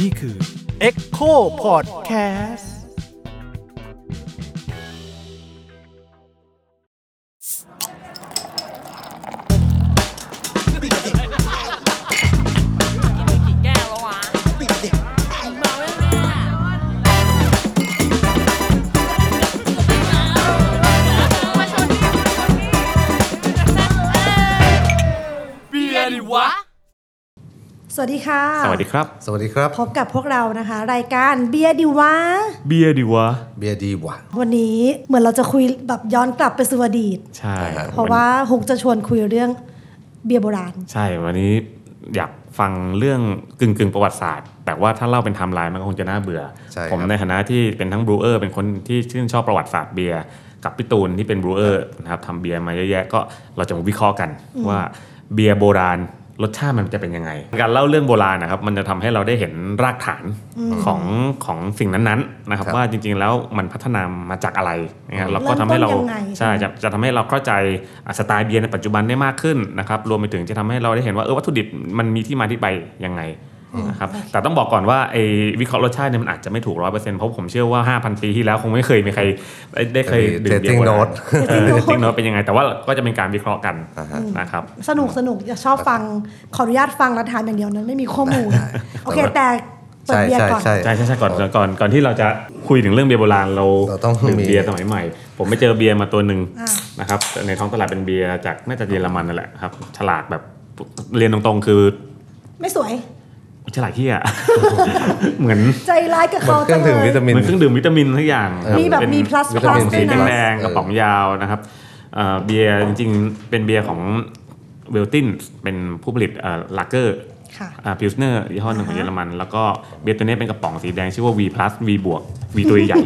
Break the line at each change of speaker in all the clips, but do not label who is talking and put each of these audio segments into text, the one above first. นี่คือ Echo Podcast
กี่แก้วแล้ววะเมาแล้วเนี่ยมาชนพี่มาชนพี่เบียร์ดิวะ
สวัสดีค่ะ
สวัสดีครับ
สวัสดีครับ
พบกับพวกเรานะคะ รายการเบียร์ดีวะ
เบียร์ดีวะ
เบียร์ดีหวาน
วันนี้เหมือนเราจะคุยแบบย้อนกลับไปสู่อดีต
ใช่
เพราะว่าฮกจะชวนคุยเรื่องเบียร์โบราณ
ใช่วันนี้อยากฟังเรื่องกึ่งกึ่งๆประวัติศาสตร์ แต่ว่าถ้าเล่าเป็นไทม์ไลน์มันก็คงจะน่าเบื่อ
ใช่ครับ
ผมในฐานะที่เป็นทั้งบรูเออร์เป็นคนที่ชื่นชอบประวัติศาสตร์เบียร์กับพี่ตูนที่เป็นบรูเออร์นะครับทำเบียร์มาเยอะแยะก็เราจะมาวิเคราะห์กันว่าเบียร์โบราณรสชาติมันจะเป็นยังไง การเล่าเรื่องโบราณนะครับมันจะทำให้เราได้เห็นรากฐานของของสิ่งนั้นๆนะครับ
ครับ
ว่าจริงๆแล้วมันพัฒนามาจากอะไรนะครับแล้วก็
เริ่ม
ทำให้เรา
ต้นยังไง
ใช่ จะจะทำให้เราเข้าใจอ่ะสไตล์เบียร์ในปัจจุบันได้มากขึ้นนะครับรวมไปถึงจะทำให้เราได้เห็นว่าเออวัตถุดิบมันมีที่มาที่ไปยังไงนะครับแต่ต้องบอกก่อนว่าไอ้วิเคราะห์รสชาติเนี่ยมันอาจจะไม่ถูกร้อยเปอร์เซ็นต์เพราะผมเชื่อว่า 5,000 ปีที่แล้วคงไม่เคยมีใครได้ได้เคยดื่มเบีย
Tasting
ร์โบราณ
note
เออ tasting note เป็นยังไง แต่ว่าก็จะเป็นการวิเคราะห์กันนะครับ
สนุกสนุกอย่าชอบฟัง ขออนุญาตฟังแล้วทานอย่างเดียวนั้นไม่มีข้อ มูล โอเค แต่เปิด
ใช่
เบียร์
ใช่
ก่อน
ใช่
ใช่ใช่ใช่ก่อนก่อนก่อนก่อนที่เราจะคุยถึงเรื่องเบียร์โบราณเรา
เราต้อง
ดื่ม
มี
เบียร์สมัยใหม่ ผมไปเจอเบียร์มาตัวหนึ่ง
อ่า
นะครับในท้องตลาดเป็นเบียร์จากน่าจะเยอรมันนั่นแหละครับฉลากแบบเรียนตรงๆคือ
ไม่สวย
ฉลาดที่อ่ะ เหมือน
ใจร้ายกับ
มัน
เขา
เค
จั
รื่อง ง
เล
ดื่มวิ
ย
ตามิน
เหมือนเครื่องดื่มวิตามินทุกอย่างครั
มีแบบ
เป็น
มี plus
วิตามิน
plus
สี
ด้วยนะ
แดงๆกระป๋องยาวนะครับเอ่อเบียร์จริงๆ เป็นเบียร์ของเวลตินเป็นผู้ผลิตลากเกอร์
ค่ะ
พิลสเนอร์ยี่ห้อหนึ่งของ
อ่าฮะ
เยอรมัน แล้วก็เบียร์ตัวนี้เป็นกระป๋องสีแดงชื่อว่า V plus V บวก V ตัวใหญ่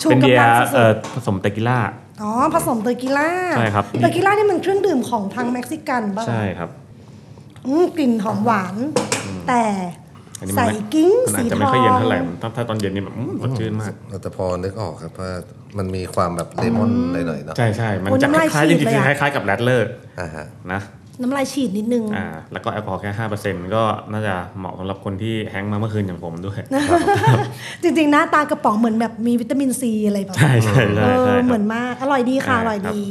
ชู
เป็นเบีย
กำลั
ร์
งสุ
เอ่อ
ด
ผสมเตกิล่า
ๆอ๋อผสมเตอร์กิล่า
ใช่ครับ
เตอร์กิล่านี่มันเครื่องดื่มของทางเม็กซิกันบ้าง
ใช่ครับ
อืมกลิ่นหอมหวาน แต่
อันนี้มั
ใส่
น
กิ้ง
มันอา
สี
จจะ
ท
ไม่
อ
ค่อยเย็น
ง
เท่าไหร่ถ้าถ้าตอนเย็นนี่แบบอื้อสดชื่นมาก
เราแต่พอนึกออกครับว่ามันมีความแบบเลมอนหน่อยๆเนาะ
ใช่ใช่มันจะคล้ายๆจริงๆคล้ายๆกับแรดเลอร์
อ่าฮะ
นะ
น้ำลายฉีดนิดนึง
อ่าแล้วก็แอลกอฮอล์แค่ห้าเปอร์เซ็นต์ก็น่าจะเหมาะสำหรับคนที่แฮงก์มาเมื่อคืนอย่างผมด้วย
จริงๆ หน้าตากระป๋องเหมือนแบบมีวิตามินซีอะไรแบบ
ใช่ใช่
เอ
ใช่ใช่
อ
ครับ
เหมือนมาก อร่อยดีค่ะ
ใช่
อร่อย
ครับ
ดี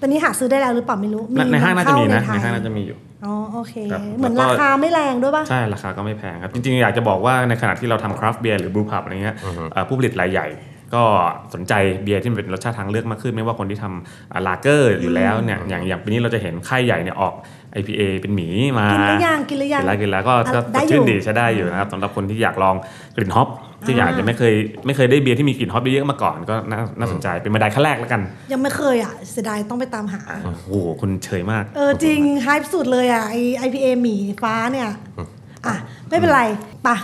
ตอนนี้หาซื้อได้แล้วหรือเปล่าไม่รู้
ในในห้างน่าจะมีนะ
เข้
ใน
ไทย
ห้างน่าจะมีอยู่
อ๋อโอเค
ครับ
เหมือน
แล้ว
รา
ก็
คาไม่แรงด้วยป่ะ
ใช่ราคาก็ไม่แพงครับ จริงๆ อยากจะบอกว่าในขณะที่เราทำคราฟต์เบียร์หรือบูพับอะไรเงี้ยเอ่อผู้ผลิตรายใหญ่ ก็สนใจเบียร์ที่มันเป็นรสชาติทางเลือกมากขึ้น ไม่ว่าคนที่ทำลาเกอร์อยู่แล้วเนี่ยอย่างอย่างปีนี้เราจะเห็นค่ายใหญ่เนี่ยออก IPA เป็นหมีมา
กินหรือยังกินหรือยัง
กินแล้วกินแล้วก็ก็
ได้
สด
อยู่
ชื่นดีใช้ได้อยู่นะครับสำหรับคนที่อยากลองกลิ่นฮอปที่อยากจะไม่เคยไม่เคยได้เบียร์ที่มีกลิ่นฮอปเยอะๆมาก่อนก็น่าน่าสนใจเป็นบันไดขั้นแรกแล้วกัน
ยังไม่เคยอ่ะเสียดายต้องไปตามหา
โอ้โหคุณเฉยมาก
เออจริงไฮป์สุดเลยอ่ะไอไอพีเอหมีฟ้าเนี่ยอ่ะไม่เป็นไรปะ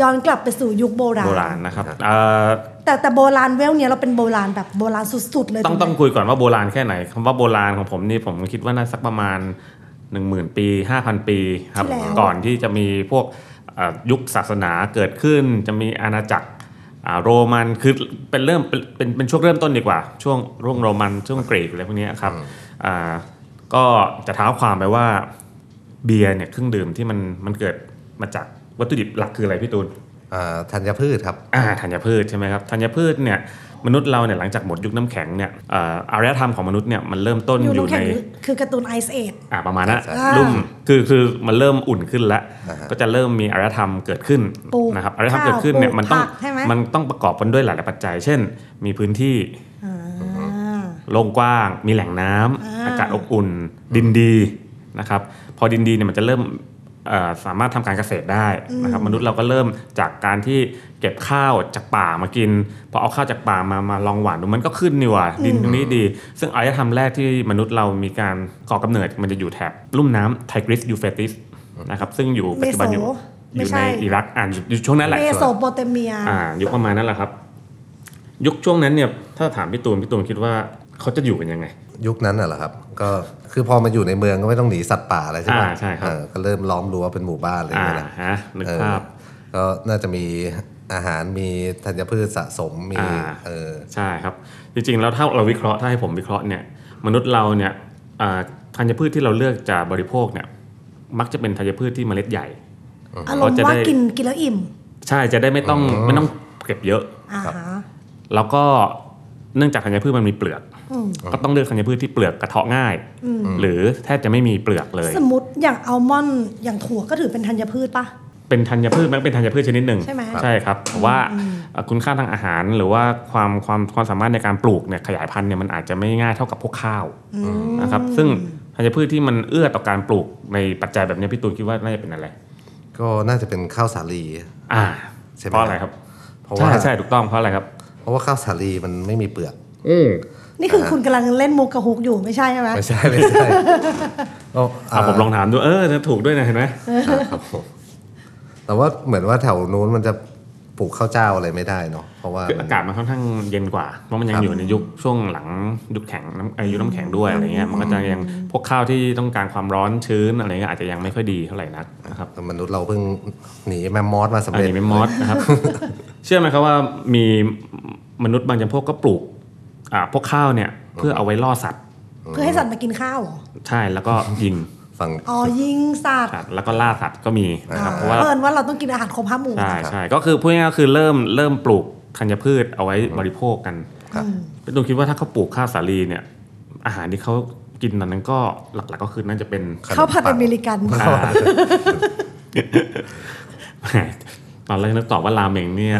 ย้อนกลับไปสู่ยุคโบราณ
โบราณนะครับเอ่อ
แต่แต่โบราณเวลเนี้ยเราเป็นโบราณแบบโบราณสุดๆเลย
ต้อง
ถูกไหม
ต้องคุยก่อนว่าโบราณแค่ไหนคำว่าโบราณของผมนี่ผมคิดว่าน่าสักประมาณ 10,000 ปี 5,000 ปีครับก่อนที่จะมีพวกเอ่อยุคศาสนาเกิดขึ้น จะมีอาณาจักรอ่าโรมันคือเป็นเริ่มเป็นเป็นเป็นช่วงเริ่มต้นดีกว่า ช่วงรุ่งโรมันช่วงกรีกอะไรพวกเนี้ยครับอ่าก็จะเท้าความไปว่าเบียร์เนี่ยเครื่องดื่มที่มันมันเกิดมาจากวัตถุดิบหลักคืออะไรพี่ตูน
อ่าธัญพืชครับ
อ่าธัญพืชใช่ไหมครับธัญพืชเนี่ยมนุษย์เราเนี่ยหลังจากหมดยุคน้ำแข็งเนี่ยเอ่ออารยธรรมของมนุษย์เนี่ยมันเริ่มต้น
อ
อยู่ ยู่
น้ำ
ใน
แข็งคือการ์ตูนไอซ์เอ e
อ่าประมาณนั้น
ใช่
รุ่มคือคือมันเริ่มอุ่นขึ้นแล้ว
อ่าฮะ
ก็จะเริ่มมีอารยธรรมเกิดขึ้น
ปลูก
นะครับอารยธรรมเกิดขึ้นเนี่ย
ข้าว
มันต้อง
ปลูกผักใช่ไหม
มันต้องประกอบกันด้วยหลาย ๆ ปัจจัย เช่น มีพื้นที่
อ่า
โล่งกว้าง มีแหล่งน้ำ
อ่า
อากาศอบอุ่น ดินดีนะครับพอดินดีเนี่ยมันจะเริ่มเอ่อสามารถทำการเกษตรได้นะครับมนุษย์เราก็เริ่มจากการที่เก็บข้าวจากป่ามากิน พอเอาข้าวจากป่ามามาลองหวานดูมันก็ขึ้นนี่หว่าดินตรงนี้ดี ซึ่งอารยธรรมแรกที่มนุษย์เรามีการก่อกำเนิดมันจะอยู่แถบลุ่มน้ำไทกริสยูเฟรติสนะครับซึ่งอยู่ปัจจุบันอยู่
เมโส
อ
ไม่
ยู่
ใช่
ในอิรักอ่านอยู่ช่วงนั้นแหละ
เมโสโปเตเมีย
อ่ายุคประมาณนั้นแหละครับ ยุคช่วงนั้นเนี่ย ถ้าถามพี่ตูน พี่ตูนคิดว่าเขาจะอยู่กันยังไง
ยุคนั้นน่ะเหรอครับ ก็คือพอมาอยู่ในเมืองก็ไม่ต้องหนีสัตว์ป่าอะไรใช่ไหม
อ่าใช่ครับ
เออก็เริ่มล้อมรั้วเป็นหมู่บ้านอะไรอย่าง
อ่า
เงี้ยนะ
ฮะนึก
เออ
ภาพ
ก็น่าจะมีอาหารมีธัญพืชสะสมมี
อ่า
เออ
ใช่ครับ จริงๆ แล้วถ้าเราวิเคราะห์ถ้าให้ผมวิเคราะห์เนี่ย มนุษย์เราเนี่ยอ่าธัญพืชที่เราเลือกจะบริโภคเนี่ย มักจะเป็นธัญพืชที่เมล็ดใหญ่
อารมณ์
จะได้
ว่ากินกินแล้วอิ่ม
ใช่จะได้ไม่ต้องไม่ต้องเก็บเยอะ
อ่าฮะ
แล้วก็เนื่องจากธัญพืชมันมีเปลือก
อืม
ก็ต้องเลือกธัญพืชที่เปลือกกระเทาะง่าย หรือแทบจะไม่มีเปลือกเลย
สมมติอย่างอัลมอนด์อย่างถั่วก็ถือเป็นธัญพืชปะ
เป็นธัญพืชมันเป็นธัญพืชชนิดหนึ่ง
ใช่ไหม
ใช่ครับแต่ว่าเอ่อคุณค่าทางอาหารหรือว่าความความความสามารถในการปลูกเนี่ยขยายพันธุ์เนี่ยมันอาจจะไม่ง่ายเท่ากับพวกข้าวนะครับซึ่งธัญพืชที่มันเอื้อต่อการปลูกในปัจจัยแบบเนี้ยพี่ตูนคิดว่าน่าจะเป็นอะไร
ก็น่าจะเป็นข้าวสาลี
อ่า
ใช่ไหม
เพราะอะไรครับ
เพราะ
ใช่
ว่า
ใช่ถูกต้องเพราะอะไรครับ
เพราะว่าข้าวสาลีมันไม่มีเปลือก
นี่คือคุณกำลังเล่นมุกกับฮุกอยู่ไม่ใช่ใช่ไหม
ไม่ใช่ไม่ใช่ โอ้อ่า
อ่ะผมลองถามดูเออถูกด้วยนะเห็นไหม
อ่าครับผมแต่ว่าเหมือนว่าแถวนู้นมันจะปลูกข้าวเจ้าอะไรไม่ได้เนาะเพราะว่า
คือ
มั
อาน กาศมันค่อนข้างเย็นกว่า เพราะมันยั
ค
ง
รับ
อยู่ในยุคช่วงหลังยุคแข็งน้ำอายุน้ำแข็งด้วยอะไรเงี้ยมันก็จะยังพวกข้าวที่ต้องการความร้อนชื้นอะไรเงี้ยอาจจะยังไม่ค่อยดีเท่าไหร่นักนะครับ
มนุษย์เราเพิ่งหนีแมมมอสมาสำ
อัน
เร็จ
นี้เป็นมอสนะครับ เชื่อไหมครับว่ามีมนุษย์บางจำพวกก็ปลูกอ่าพวกข้าวเนี่ยเพื่อเอาไว้ล่อสัตว์
เพื่อให้สัตว์มากินข้าวเหรอ
ใช่แล้วก็ยิง
ฝั่ง
อ๋อยิงสัตว์
สัตว์แล้วก็ล่าสัตว์ก็มีนะครับเพราะว่า
เพิ่นว่าเราต้องกินอาหารครบห้าหมู่
ใช่ใช่ก็คือพูดง่ายๆก็คือเริ่มเริ่มปลูกธัญพืชเอาไว้บริโภคกัน
ครับ
เป็นตูคิดว่าถ้าเขาปลูกข้าวสาลีเนี่ย อาหารที่เขากินตอนนั้นก็หลักๆก็คือน่าจะเป็น
ขนมปัง
ข้าวผัดอเมริกัน
อ่าแหม ตอนแรกนึกตอบว่าราเมงเนี่ย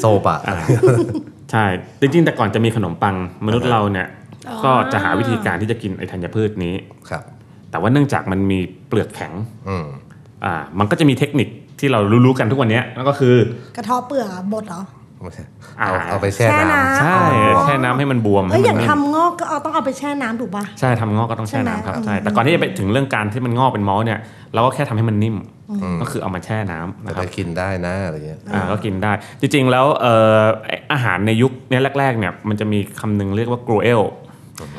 โซบะ
ใช่ จริงๆ แต่ก่อนจะมีขนมปังมนุษย์เราเนี่ย
อ๋อ
ก็จะหาวิธีการที่จะกินไอ้ธัญพืชนี้
ครับ
แต่ว่าเนื่องจากมันมีเปลือกแข็ง
อืม
อ่ามันก็จะมีเทคนิคที่เรารู้ๆกันทุกวันเนี้ยนั่นก็คือก
ระเทาะเปลือกบดเหรอ
ไม่ใช่เอาเอาไปแช่
แช่
น้
น้ำ
ใช่แช่น้ำให้มันบวม
เอ้ย
ให้มั
อย่าง
นนิ่ม
ทำงอกก็เอาต้องเอาไปแช่น้ำถูกปะ
ใช่ทำงอกก็ต้องแช่น้ำครับ
ใช่ไหม
ใช่แต่ก่อนที่จะไปถึงเรื่องการที่มันงอกเป็นมอลต์เนี่ยเราก็แค่ทำให้มันนิ่ม ก็คือเอามาแช่น้ำ
ำจะ
นะค
ไป
รับ
กินได้นะอะไรเงี้ย
อ่าก็กินได้ จริงๆแล้วเอ่อไอ้อาหารในยุคเนี้ยแรกๆเนี่ยมันจะมีคำหนึงเรียกว่ากรูเอล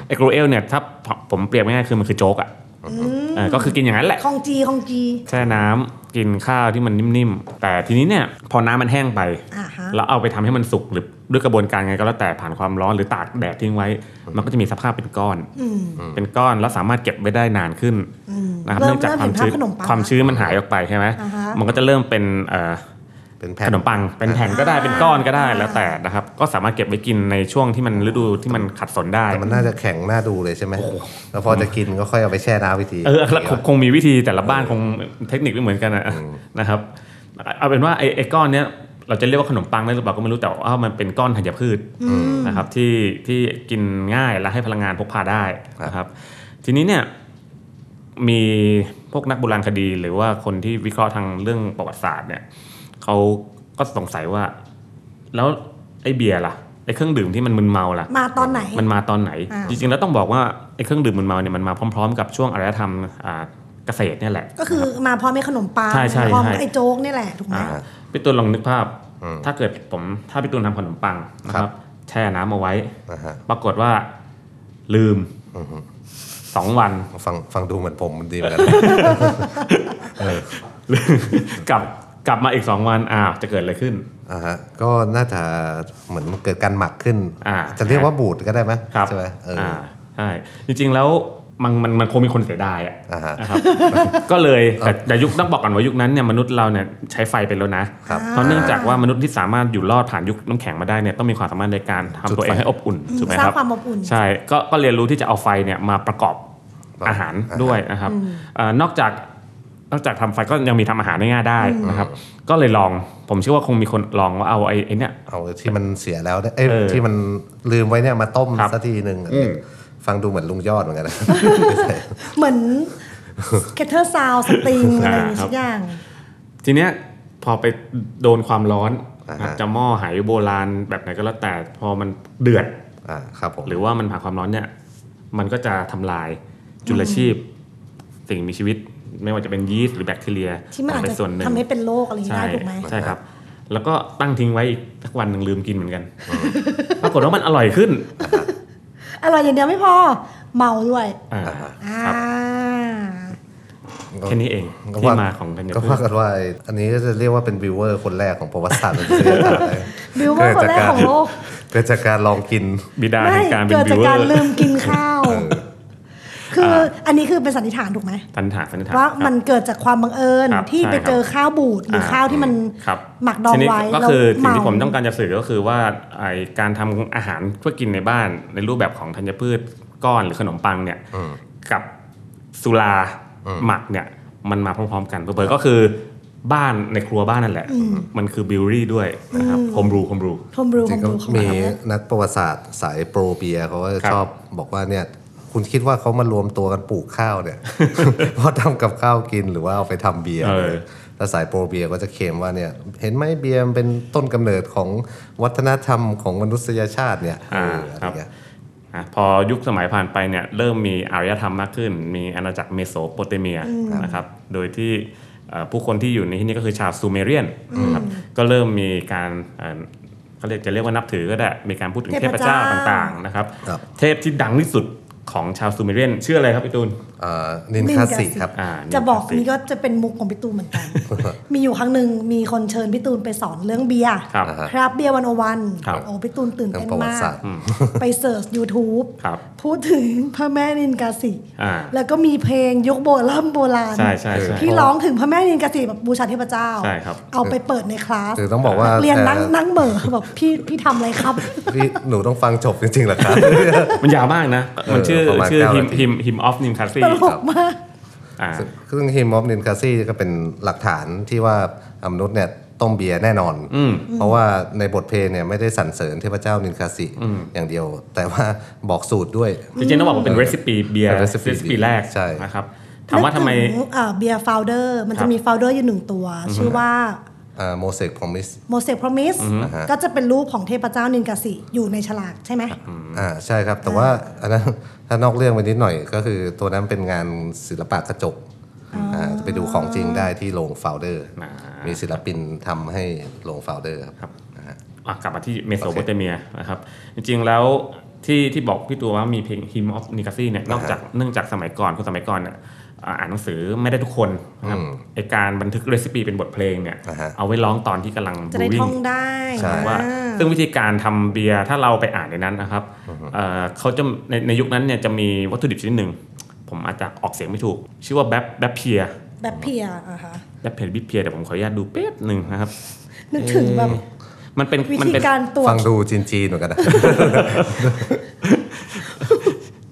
ไอ้กรูเอลเนี่ยถ้าผมผมเปรียบง่ายๆคือมันคือโจ๊กอ่ะเออก็คือกินอย่างนั้นแหละ
ของจีของจี
แช่น้ำกินข้าวที่มันนิ่มๆ แต่ทีนี้เนี่ยพอน้ำมันแห้งไป
อ่าฮะ
แล้วเอาไปทำให้มันสุกหรือด้วยกระบวนการไงก็แล้วแต่ผ่านความร้อนหรือตากแดดทิ้งไว้ มันก็จะมีสภาพเป็นก้อน เป็นก้อนแล้วสามารถเก็บไว้ได้นานขึ้นนะครับ
เริ่ม
เนื่องจาก
เริ่
ค
มเห็
วามชื้น
นภาพขนมปัง
ความชื้นมันหายออกไปใช่ไหม
อ่าฮะ
มันก็จะเริ่มเป็นเอ่อ
เป็นแผ่น
ขนมปังเป็นแผ่นก็ได้เป็นก้อนก็ได้แล้วแต่นะครับก็สามารถเก็บไว้กินในช่วงที่มันฤดูที่มันขัดสนได้
แต่มันน่าจะแข็งน่าดูเลยใช่ไหมแล้วพอจะกินก็ค่อยเอาไปแช่น้ำวิธี
เออแล้วคงคงมีวิธีแต่ละบ้านคงเทคนิคไม่เหมือนกันนะนะครับเอาเป็นว่าไอ้ไอ้ก้อนเนี้ยเราจะเรียกว่าขนมปังได้หรือเปล่าก็ไม่รู้แต่ว่ามันเป็นก้อนธัญพืชนะครับที่ที่กินง่ายและให้พลังงานพกพาได้นะครับ ทีนี้เนี่ยมีพวกนักโบราณคดี หรือว่าคนที่วิเคราะห์ทางเรื่องประวัติศาสตร์เนี่ยเขาก็สงสัยว่า แล้วไอ้เบียร์ล่ะไอ้เครื่องดื่มที่มันมึนเมาล่ะ
มาตอนไหน
มันมาตอนไหน
อ่า
จริงๆ แล้วต้องบอกว่าไอ้เครื่องดื่มมึนเมาเนี่ยมันมาพร้อมๆ กับช่วงอารยธรรมอ่าเกษตรเนี่ยแหละ
ก็คือมาพร้อมไอ้ขนมปัง
ใช่ใช่
พร้อม
ใช่
ไอ้โจ๊กนี่แหละถูกไหม
อ่าพี่ตูนลองนึกภาพ ถ้าเกิดผมถ้าพี่ตูนทำขนมปังนะค
ครั
รับบ แช่น้ำเอาไว้
นะฮะ
ปรากฏว่าลืมสองวัน
ฟังฟังดูเหมือนผมมันดีเหมือนกัน
กลับกลับมาอีกสองวันอ้าวจะเกิดอะไรขึ้น
อ่าฮะก็น่าจะเหมือนเกิดการหมักขึ้น
อ่า
จะเรียกว่าบูดก็ได้ไหม
ครับ
ใช่ไหมเอออ
่าใช่จริงๆแล้วมันมันมันคงมีคนเสียดายอะ
อ่าฮะ
นะครับ ก็เลยแต่แต่ยุคต้องบอกก่อนว่ายุคนั้นเนี่ยมนุษย์เราเนี่ยใช้ไฟเป็นแล้วนะ
ครับ
เพราะเนื่องจากว่ามนุษย์ที่สามารถอยู่รอดผ่านยุคน้ำแข็งมาได้เนี่ยต้องมีความสามารถในการทำ
จุ
ตั
ดไฟ
วเองให้อบอุ่น
อืม
ถูกไหม
ส
ค
ร้าง
รับ
ความอบอุ่น
ใช่ก็ก็เรียนรู้ที่จะเอาไฟเนี่ยมาประกอบอาหารด้วยนะครับเอ่อนอกจากนอกจากทำไฟก็ยังมีทำอาหารได้ง่ายได้นะครับ ก็เลยลองผมเชื่อว่าคงมีคนลองว่าเอาไอ้ไอ้เนี่ย
เอาที่มันเสียแล้วเนี่ยเอ้ย
เออ
ที่มันลืมไว้เนี่ยมาต้ม
ครับ
สักทีหนึ่งฟังดูเหมือนลุงยอดเหมื อนกันนะ
เหมือนเคเทอร์ซาวสตริงอะไรอย่างงี้
อ่าครับ
สักอย่าง
ทีเนี้ยพอไปโดนความร้อน
อ่าฮะ
ครับจะหม้อไหโบราณแบบไหนก็แล้วแต่พอมันเดือด
อ่าครับผม
หรือว่ามันผ่านความร้อนเนี่ย มันก็จะทำลายจุลชีพ สิ่งมีชีวิต ไม่ว่าจะเป็นยีสต์หรือแบคทีเรีย
ที่มันอาจ
เป็
จะ
ส่วนหนึ่ง
ทำให้เป็นโรคอะไรอย่างงี้
ใช่
ได้ถูกไหม
ใช่ครับ แล้วก็ตั้งทิ้งไว้อีกสักวันหนึ่งลืมกินเหมือนกันปรากฏว่ามันอร่อยขึ้น
อร่อยอย่างเดียวไม่พอ เมาด้วย
อ่า
อ่า
ครับ
ก็
แค่นี้เอง
ก็
ที่
ว่
มาของธัญ
ก็
พื
ว่า
ช
กันว่า อันนี้ก็จะเรียกว่าเป็นวิวเวอร์คนแรกของประวัติศาสตร์มนุษยชาติเลย
บิวเวอร์คนแรกของโลก
เกิดจากการลองกิน
บิดา
ไม่
แห่งการเป็น
เกิด
บิ
จา
ว
ก
เวอ
การ
ร์
ลืมกินข้าว คืออา อันนี้คือเป็นสันนิษฐานถูกไหม
สันนิษฐานสันนิษฐาน
ว่า
ครับ
มันเกิดจากความบังเอิญ
ครับ
ที่ไป
ใช่ครับ
เจอข้าวบูดหรืออา ข้าวที่มัน
ครับ
หมักดอง
ทีนี้
ไว้
ก็
แล้ว
คือสิ่งที่
เ
ผมต้องการจะสื่อก็คือว่าไอการทำอาหารเพื่อกินในบ้านในรูปแบบของธัญพืชก้อนหรือขนมปังเนี่ย
อืม
กับสุราหมักเนี่ยมันมาพร้อมๆกันเปิดก็คือบ้านในครัวบ้านนั่นแหละ มันคือบิวรี่ด้วยนะครับโฮมรูโฮมรู
ทมรู
จ
ข
ริ
อ
ง
ง
ๆก็
ดูของ
มี
เขา
นักประวัติศาสตร์สายโปรเบียร์เขาก็จะ
ครับ
ชอบบอกว่าเนี่ยคุณคิดว่าเขามารวมตัวกันปลูกข้าวเนี่ย เพราะทำกับข้าวกินหรือว่าเอาไปทำเบียร์
เออ
แล้วสายโปรเบียร์ก็จะเคลมว่าเนี่ยเห็นไหมเบียร์มันเป็นต้นกำเนิดของวัฒนธรรมของมนุษยชาติเนี่ย
อ่า
เอออะ
ค
ไร
รับ
เงี้ย
อ่ะพอยุคสมัยผ่านไปเนี่ยเริ่มมีอารยธรรมมากขึ้น มีอาณาจักรเมโสโปเตเมียนะครับโดยที่เอ่อผู้คนที่อยู่ในที่นี้ก็คือชาวซูเมเรียนนะครับก็เริ่มมีการเอ่อเขาเรียกจะเรียกว่านับถือก็ได้มีการพูดถึงเท
เท
พ
พ
เจ้า
เจ้า
ต่างๆนะครับ
ครับ
เทพที่ดังที่สุดของชาวซูเมเรียนชื่ออะไรครับพี่ตูน
เอ่อนินคาสิ
นินคาสิ
ครับ
อ่านี่
จะบอก
สิ
นี่ก็จะเป็นมุกของพี่ตูนเหมือนกัน มีอยู่ครั้งหนึ่งมีคนเชิญพี่ตูนไปสอนเรื่องเบียร์
ครับ
อ่าฮะ
ครับเบียร์วันโอวัน
ครับ
โอ้พี่ตูนตื่น
เรื่องป
เต้น
ระวั
มา
ติ
ก
ศาสตร์
ไปเสิร์ช YouTube
ครับ
พูดถึงพระแม่นินกาสี
อ่า
แล้วก็มีเพลงยุคโบราณโบราณ
ใช่ใช่ใช่
ที่ร้องถึงพระแม่นินกาสีแบบบูชาเทพเจ้า
ใช่ครับ
เอาไปเปิดในคลาส
คือต้องบอกว่า
เรียนนั่ง
เอ่อ
นั่งเหม่อแบบพี่พี่ทำอะไรครับ
พี่หนูต้องฟังจบจริงๆเหรอครับ
มันยาวมากนะ มันชื่อ
ประมาณ
ชื่อ
เก้า
ฮิม
นาที
ฮิมฮิมออฟนิมคาซี
ตลกมาก
อ่า
ซึ่งฮิมมอบนินคาซี่ก็เป็นหลักฐานที่ว่าอมนุษย์เนี่ยต้มเบียร์แน่นอน
อืม
เพราะว่าในบทเพลงเนี่ยไม่ได้สรรเสริญเทพเจ้านินคาสิอย่างเดียว แต่ว่าบอกสูตรด้วย
จริงๆต้องบอกว่าเป็น r e c i p e เบียร์
เป็น
r e
recipe
c i p e แรก
ใช่
นะครับถามว่าทำไม
นึกถึงเอ่อเบียร์โฟลเดอร์มัน
ครั
จะ
บ
มีโฟลเดอร์อยู่หนึ่งตัว ชื่อว่า
โมเสกพรมิส
โมเสกพรมิสก็จะเป็นรูปของเทพเจ้านินกาสิอยู่ในฉลากใช่ไหม
อ่าใช่ครับ แต่ว่าอันนั้นถ้านอกเรื่องไปนิดหน่อยก็คือตัวนั้นเป็นงานศิลปะกระจกอ่าจะไปดูของจริงได้ที่โรงโฟลเดอร์
อ่ามี
มีศิลปินทำให้โรงโฟลเดอร์ครับ
อ่ะกลับมาที่เมโสโปเตเมียนะครับ จริงๆแล้วที่ที่บอกพี่ตัวว่ามีเพลง Hymn of n i c a s i เนี่ยนอกจากเนื่องจากสมัยก่อนคนสมัยก่อนเนี่ยอ่าอ่านหนังสือไม่ได้ทุกคนนะครับไอการบันทึกเรซิปีเป็นบทเพลงเนี่ย
อ่าฮะ
เอาไว้ร้องตอนที่กำลัง
จะได้
brewing
ท่องได้
ใช่
ว่า
อ่า
ซึ่งวิธีการทำเบียร์ถ้าเราไปอ่านในนั้นนะครับเอ่อเขาจะในในยุคนั้นเนี่ยจะมีวัตถุดิบชนิดหนึ่ง ผมอาจจะออกเสียงไม่ถูก ชื่อว่าแบปแบปเพีย
แบบเพียร์อะคะ
แบปเพลิบเพียแต่ผมขออนุญาตดูเป๊บหนึ่งนะครับ
นึกถึงแบบ
มันเป็น
วิ
มั
ธี
เป็น
การตรวจ
ฟังดูจีนๆเหมือนกันนะ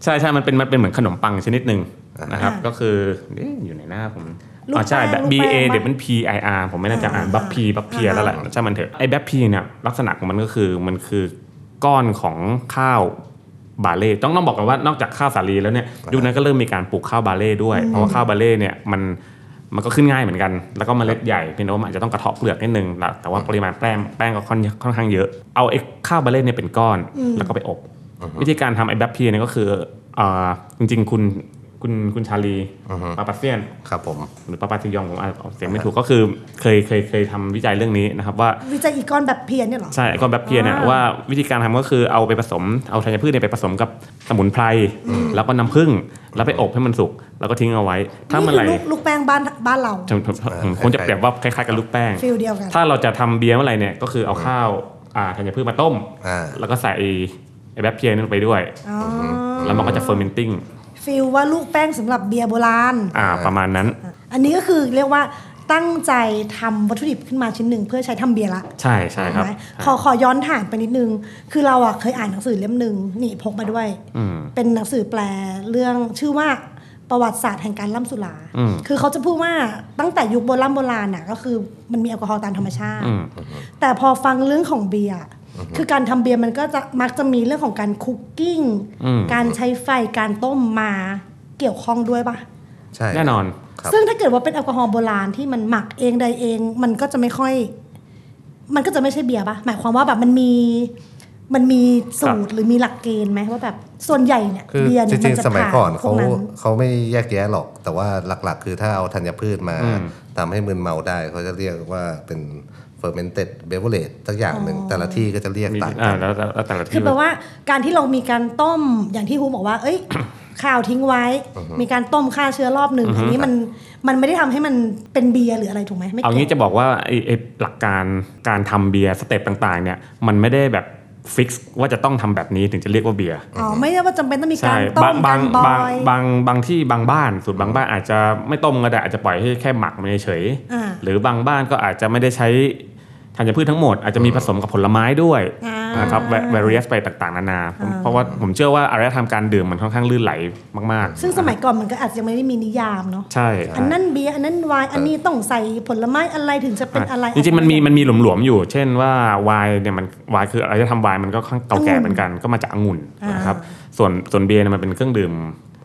ใช่ใช่มันเป็นมันเป็นเหมือนขนมปังชนิดหนึ่งนะครับ ก็คือเอ๊ะอยู่ในหน้าผมอ๋อใช่แบบ B A เดี๋ยวมัน P I R ผมไม่น่าจะอ่านบัพพีบัพเพียแล้วแหละใช่มันเถอะไอ้บัพพีเนี่ยลักษณะของมันก็คือมันคือก้อนของข้าวบาเล่ต้องต้องบอกกันว่านอกจากข้าวสาลีแล้วเนี่ยยุคนั้นก็เริ่มมีการปลูกข้าวบาเล่ด้วย เพราะว่าข้าวบาเล่เนี่ยมันมันก็ขึ้นง่ายเหมือนกัน แล้วก็เมล็ดใหญ่เพียงแต่ว่ามันอาจจะต้องกระเทาะเปลือกนิดนึงละแต่ว่าปริมาณแป้งแป้งก็ค่อนค่อนข้างเยอะเอาไอ้ข้าวบาเล่เนี่ยเป็นก้อนแล้วก็ไปอบ วิธีการทำไอ้แบปพีเนี่ยก็คืออาจริงๆ คุณคุณคุณชาลีปาปัสเซียน
ครับผม
หรือปาปาติยองผมอาจจะออกเสียงไม่ถูกก็คือเคยเคยเคยทำวิจัยเรื่องนี้นะครับว่า
วิจัยอีกก้อนแบบเพียร์เนี่ยเหรอ
ใช่ไอคอนแบคเพียเนี่ย
อ่า
ว่าวิธีการทำก็คือเอาไปผสมเอาธัญพืชเนี่ยไปผสมกับสมุนไพรแล้วก็น้ำผึ้งแล้วไปอบให้มันสุกแล้วก็ทิ้งเอาไว้ ถ้าเมื่อไหร่
นี่คือลูกลูกแป้งบ้านบ้านเรา
ผมผมผมควรจะเปรียบว่าคล้ายๆกับลูกแป้ง
ฟิลเดียวกัน
ถ้าเราจะทำเบียร์เมื่อไหร่เนี่ยก็คือเอาข้าวอ่าธัญพืชมาต้ม
อ่า
แล้วก็ใส่ไอ้ไอ้แบคเพียนี่ลงไปด้วย
อ๋อ
แล้วมันก็จะเฟอร์เมนติ้ง
ฟิลว่าลูกแป้งสำหรับเบียร์โบราณ
อ่าประมาณนั้น
อันนี้ก็คือเรียกว่าตั้งใจทำวัตถุดิบขึ้นมาชิ้นหนึ่งเพื่อใช้ทำเบียร์ละ
ใช่ใช่ครับ
ไหมขอขอย้อนถามไปนิดนึง คือเราอ่ะเคยอ่านหนังสือเล่มหนึ่งนี่พกมาด้วย เป็นหนังสือแปลเรื่องชื่อว่าประวัติศาสตร์แห่งการล่ำสุรา คือเขาจะพูดว่าตั้งแต่ยุคโบราณโบราณน่ะก็คือมันมีแอลกอฮอล์ตามธรรมชาติ แต่พอฟังเรื่องของเบียร์คือการทำเบียร์มันก็จะมักจะมีเรื่องของการคุกกิ้ง การใช้ไฟการต้มมาเกี่ยวข้องด้วยปะ
ใช่
แน่นอน
ครับ
ซึ่งถ้าเกิดว่าเป็นแอลกอฮอล์โบราณที่มันหมักเองใดเอง มันก็จะไม่ค่อย มันก็จะไม่ใช่เบียร์ปะหมายความว่าแบบมันมีมันมีสูตรหรือมีหลักเกณฑ์ไหมว่าแบบส่วนใหญ่เนี่ย
คือ
เบียร์
จ
เนี่ย
ริ
มั
ง
นจะ
ๆ สมัย
ผ่าน
ก่อน
พว
เขา
กนั้น
เขาไม่แยกแยะหรอก แต่ว่าหลักๆ คือถ้าเอาธัญพืชมาทำให้มึนเมาได้ เขาจะเรียกว่าเป็น fermented beverage สักอย่างหนึ่ง แต่ละที่ก็จะเรียก
มี
ต่าง
อ่า
กัน
แล้วแล้วแล้วแต่ละ
คื
ที่
อแปลว่าการที่เรามีการต้มอย่างที่ฮูบอกว่า เอ้ย ข้าวทิ้งไว้ มีการต้มฆ่าเชื้อรอบหนึ่งอันนี้มันมันไม่ได้ทำให้มันเป็นเบียร์หรืออะไรถูกไหมไม่
เอา
เกี่
งี้
ยว
จะบอกว่าไอ้ไอ้หลักการการทำเบียร์สเต็ปต่างๆเนี่ยมันไม่ได้แบบ ฟิกซ์ว่าจะต้องทำแบบนี้ถึงจะเรียกว่าเบียร์
อ๋อไม่ได้ว่าจำเป็นต้องมีกา
ใช่
รต้
บาม งบาก
าง รบอบ
าง
ย
บางบางที่บางบ้านสูตรบางบ้านอาจจะไม่ต้มก็ได้อาจจะปล่อยให้แค่หมักมันเฉยๆ
อ่า
หรือบางบ้านก็อาจจะไม่ได้ใช้ธัญพืชทั้งหมด อาจจะมีผสมกับผลไม้ด้วย
อ่าน
นะครับ various ไปต่างๆ นานาผมเพราะว่าผมเชื่อว่าอารยธรรมการดื่มมันค่อนข้างลื่นไหลมาก
ซึ่งสมัยก่อนมันก็อาจจะยังไม่ได้มีนิยามเนาะ
ๆ ใช่
อันนั้นเบียร์อันนั้นไวน์อันนี้ต้องใส่ผลไม้อะไรถึงจะเป็นอะไร
จริงๆมันมีมันมีหลวมๆอยู่ เช่นว่าวายเนี่ยมันวายคืออารยธรรมวายมันก็ค่อนข้างเก่าแก่เหมือนกันก็มาจากองุ่นนะครับส่วนส่วนเบียร์เนี่ยมันเป็นเครื่องดื่ม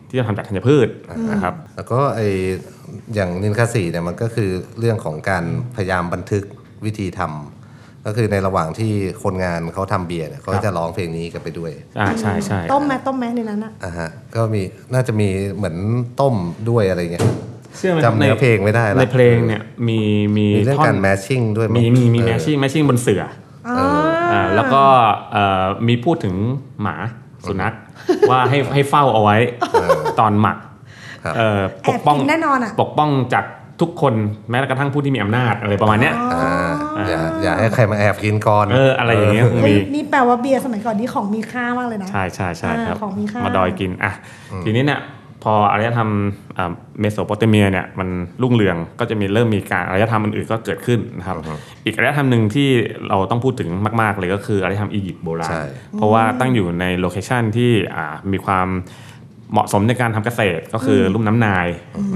ที่ทำจากธัญพืชนะครับ
แล้วก็ไออย่างนินคาสีเนี่ยมันก็คือเรื่องของการพยายามบันทึกวิธีทำก็คือในระหว่างที่คนงานเขาทำเบียร์เนี่ยเขา
ครับ
จะร้องเพลงนี้กันไปด้วย
อ่าใช่ใช่
ต้มไหมต้มไหมในนั้นอะ
อ่ะฮะก็มีน่าจะมีเหมือนต้มด้วยอะไรเงี้ย
เชื่อไหมครับ
จำเนื้อเพลงไม่ได้ละ
ในเพลงเนี่ยมีมี
มีเรื่อง
ท่น
การแมชชิ่งด้วยไห
มีมีมี
เออ
แมชชิ่งแมชชิ่งบนเสือ
อ๋อ
อ่าแล้วก็เอ่อมีพูดถึงหมาสุนัขว่าให้ให้เฝ้าเอาไว้ตอนหมักเอ่อ
แอ
ป
บ
กป้อง
กินแน่นอนอะ
ปกป้องจากทุกคนแม้กระทั่งผู้ที่มีอำนาจอะไรประมาณเนี้ย
อ่าอย่าอย่าให้ใครมาแอบกินก่อน
เอออะไรอย่างเงี้ยคง
เฮ้ย
มี
นี่แปลว่าเบียร์สมัยก่อนนี่ของมีค่ามากเลยนะ
ใช่ใช่ใช่
อ่า
ครับ
ของมีค่าม
มาดอยกินอ่ะทีนี้เนี่ยพออารยธรรมอ่าเมโสโปเตเมียเนี่ยมันรุ่งเรืองก็จะมีเริ่มมีการอารยธรรมอื่นๆก็เกิดขึ้นนะครับ อีกอารยธรรมหนึ่งที่เราต้องพูดถึงมาก ๆ เลยก็คืออารยธรรมอียิปต์โบราณ
ใช่
เพราะว่าตั้งอยู่ในโลเคชันที่อ่ามีความเหมาะสมในการทำเกษตรก็คืออลุ่มน้ำนาย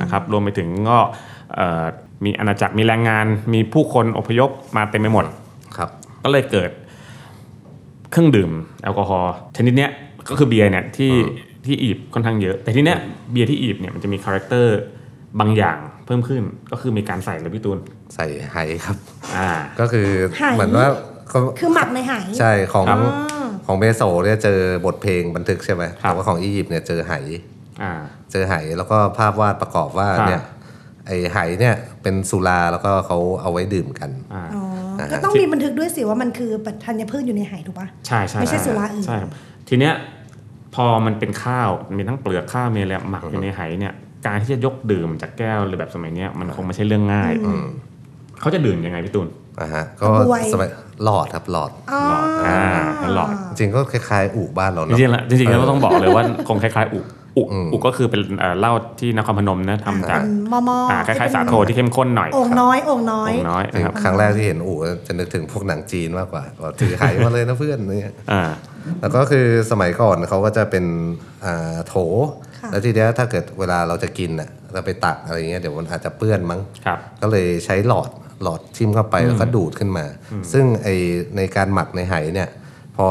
นะครับรวมไปถึงก็เอ่อมีอาณาจักรมีแรงงาน มีผู้คนอพยพมาเต็มไปหมด
ครับ
ก็เลยเกิดเครื่องดื่มแอลกอฮอล์ชนิดเนี้ยก็คือเบียร์เนี่ยที่ที่อียิปต์ค่อนข้างเยอะ แต่ทีเนี้ยเบียร์ที่อียิปต์เนี่ยมันจะมีคาแรคเตอร์บางอย่างเพิ่มขึ้นก็คือมีการใส่เลยพี่ตูน
ใส่ไหครับ
อ่า
ก็คือ
ไห
เหมือนว่าเขา
คือหมักในไหาย
ใช่ของ
ครับ
ของเมโสเนี่ยเจอบทเพลงบันทึกใช่ไหมแต่ว่าของอียิปต์เนี่ยเจอไห
อ่า
เจอไหแล้วก็ภาพวาดประกอบว่า
ครับ
เนี่ยไอไหเนี่ยเป็นสุราแล้วก็เขาเอาไว้ดื่มกัน
อ่า
อ๋อ
อ่าฮะ
ก็ต้องมีบันทึกด้วยสิว่ามันคือปัธัญพืชอยู่ในไหถูกปะ
ใช่ใช่
ไม่ใช่สุราอื่น
ใช่ครับทีเนี้ยพอมันเป็นข้าวมีทั้งเปลือกข้าวมีอะไรหมักอยู่ในไหเนี่ยการที่จะยกดื่มจากแก้วหรือแบบสมัยเนี้ยมันคงไม่ใช่เรื่องง่ายเขาจะดื่มยังไงพี่ตูน
นะฮะก็
บวย
สมัยหลอดครับหลอด
อ๋อ
หลอดอ่าหลอด
จริงๆก็คล้ายๆอู่บ้านเรา
จ
เนาะ
ริงๆแล้วจริงๆแล้วต้องบอกเลยว่า คงคล้ายๆอุอุ
อืม
อุก็คือเป็นเอ่อเหล้าที่นครพนมนะทำจาก
เป็นหม้อมอ
อ่าคล้ายๆสาโทที่เข้มข้นหน่อย
โอ่งน้อยโอ่งน้อย
โอ่งน้อย
จริ
นะ
ง
ครับ
ครั้งแรกที่เห็นอู่จะนึกถึงพวกหนังจีนมากกว่าว่าถือไหมาเลยนะเพื่อนเนี่ย
อ่า
แล้วก็คือสมัยก่อนเขาก็จะเป็นอ่าโถ
ค่ะ
แล้วทีเนี้ยถ้าเกิดเวลาเราจะกินอ่ะเราไปตักอะไรเงี้ยเดี๋ยวมันอาจจะเปื้อนมั้ง
ครับ
ก็เลยใช้หลอดหลอดทิ่มเข้าไปแล้วก็ดูดขึ้นมา ซึ่งไอในการหมักในไหเนี่ย พอ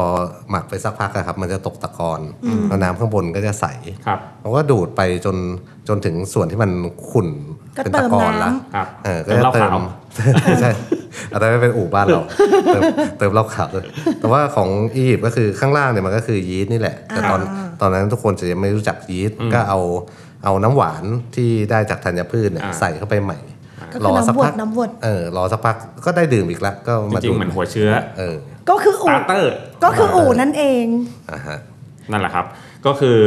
หมักไปสักพักอะครับมันจะตกตะกอนแล้วน้ำข้างบนก็จะใส
ครับ
เราก็ดูดไปจนจนถึงส่วนที่มันขุ่น
ก็
เป็น
เติ
ตะ
ม
กอนละ
น้ำ
ครับ
เออก็
เป็นเห
จะ
ล้า
เติ
ขาม ว
ใช่อันนั้นไม่เป็นอู่บ้านเรา เติมเติมเหล้าขาวเลยแต่ว่าของอียิปต์ก็คือข้างล่างเนี่ยมันก็คือยีสต์นี่แหละ แต่ตอน
อ่า
ตอนนั้นทุกคนจะยังไม่รู้จักยีสต์ก็เอาเอาน้ำหวานที่ได้จากธัญพืชเนี่ย
อ่า
ใส่เข้าไปใหม่
ก็คือน้ำวดน้ำวด
เออรอสักพักก็ได้ดื่มอีกละก็
จ
มา
ริ
ดู
งๆเหมือนหัวเชื้อ
เออ
ก็คืออู่
ตาร์เตอร์
ก็คืออู่นั่นเอง
อ่าฮะ
นั่นแหละครับ ก็คือ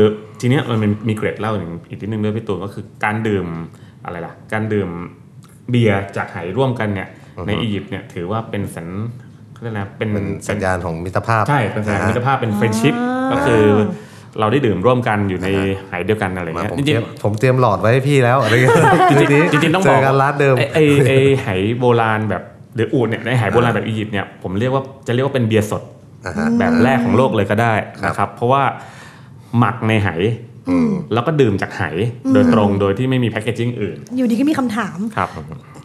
ทีเนี้ยมันเป็นมีเกร็ดเหล้าอย่างอีกนิดนึงด้วยพี่ตูนก็คือการดื่มอะไรล่ะ การดื่มเบียร์จากไหร่วมกันเนี่ยในอียิปต์เนี่ยถือว่าเป็นสัญเขาเรียกอะไรนะเป็น
เป็นสัญญาณของมิตรภาพ
ใช่เป็นสาย
อ่าฮะ
มิตรภาพเป็นเฟรนชิพก็คือเราได้ดื่มร่วมกันอยู่ในหายเดียวกันอะไร
มา
เงี้ย
ผม
จ
เต
ริ
รี
ง
ยมผมเตรียมหลอดไว้ให้พี่แล้วอะไรเงี้ย
ๆจริงๆต้อง
เจ
บอ
อก กันร้านเดิม
ไอไอไอหายโบราณแบบหรืออูดเนี่ยในหายโบราณแบบอียิปต์เนี่ยผมเรียกว่าจะเรียกว่าเป็นเบียร์สด
อ่าฮะ
แบบแรกของโลกเลยก็ได้นะครับ เพราะว่าหมักในไหแล้วก็ดื่มจากไหโดยตรงโดยที่ไม่มีแพคเกจิ้งอื่น
อยู่ดีก็มีคำถาม
ครับ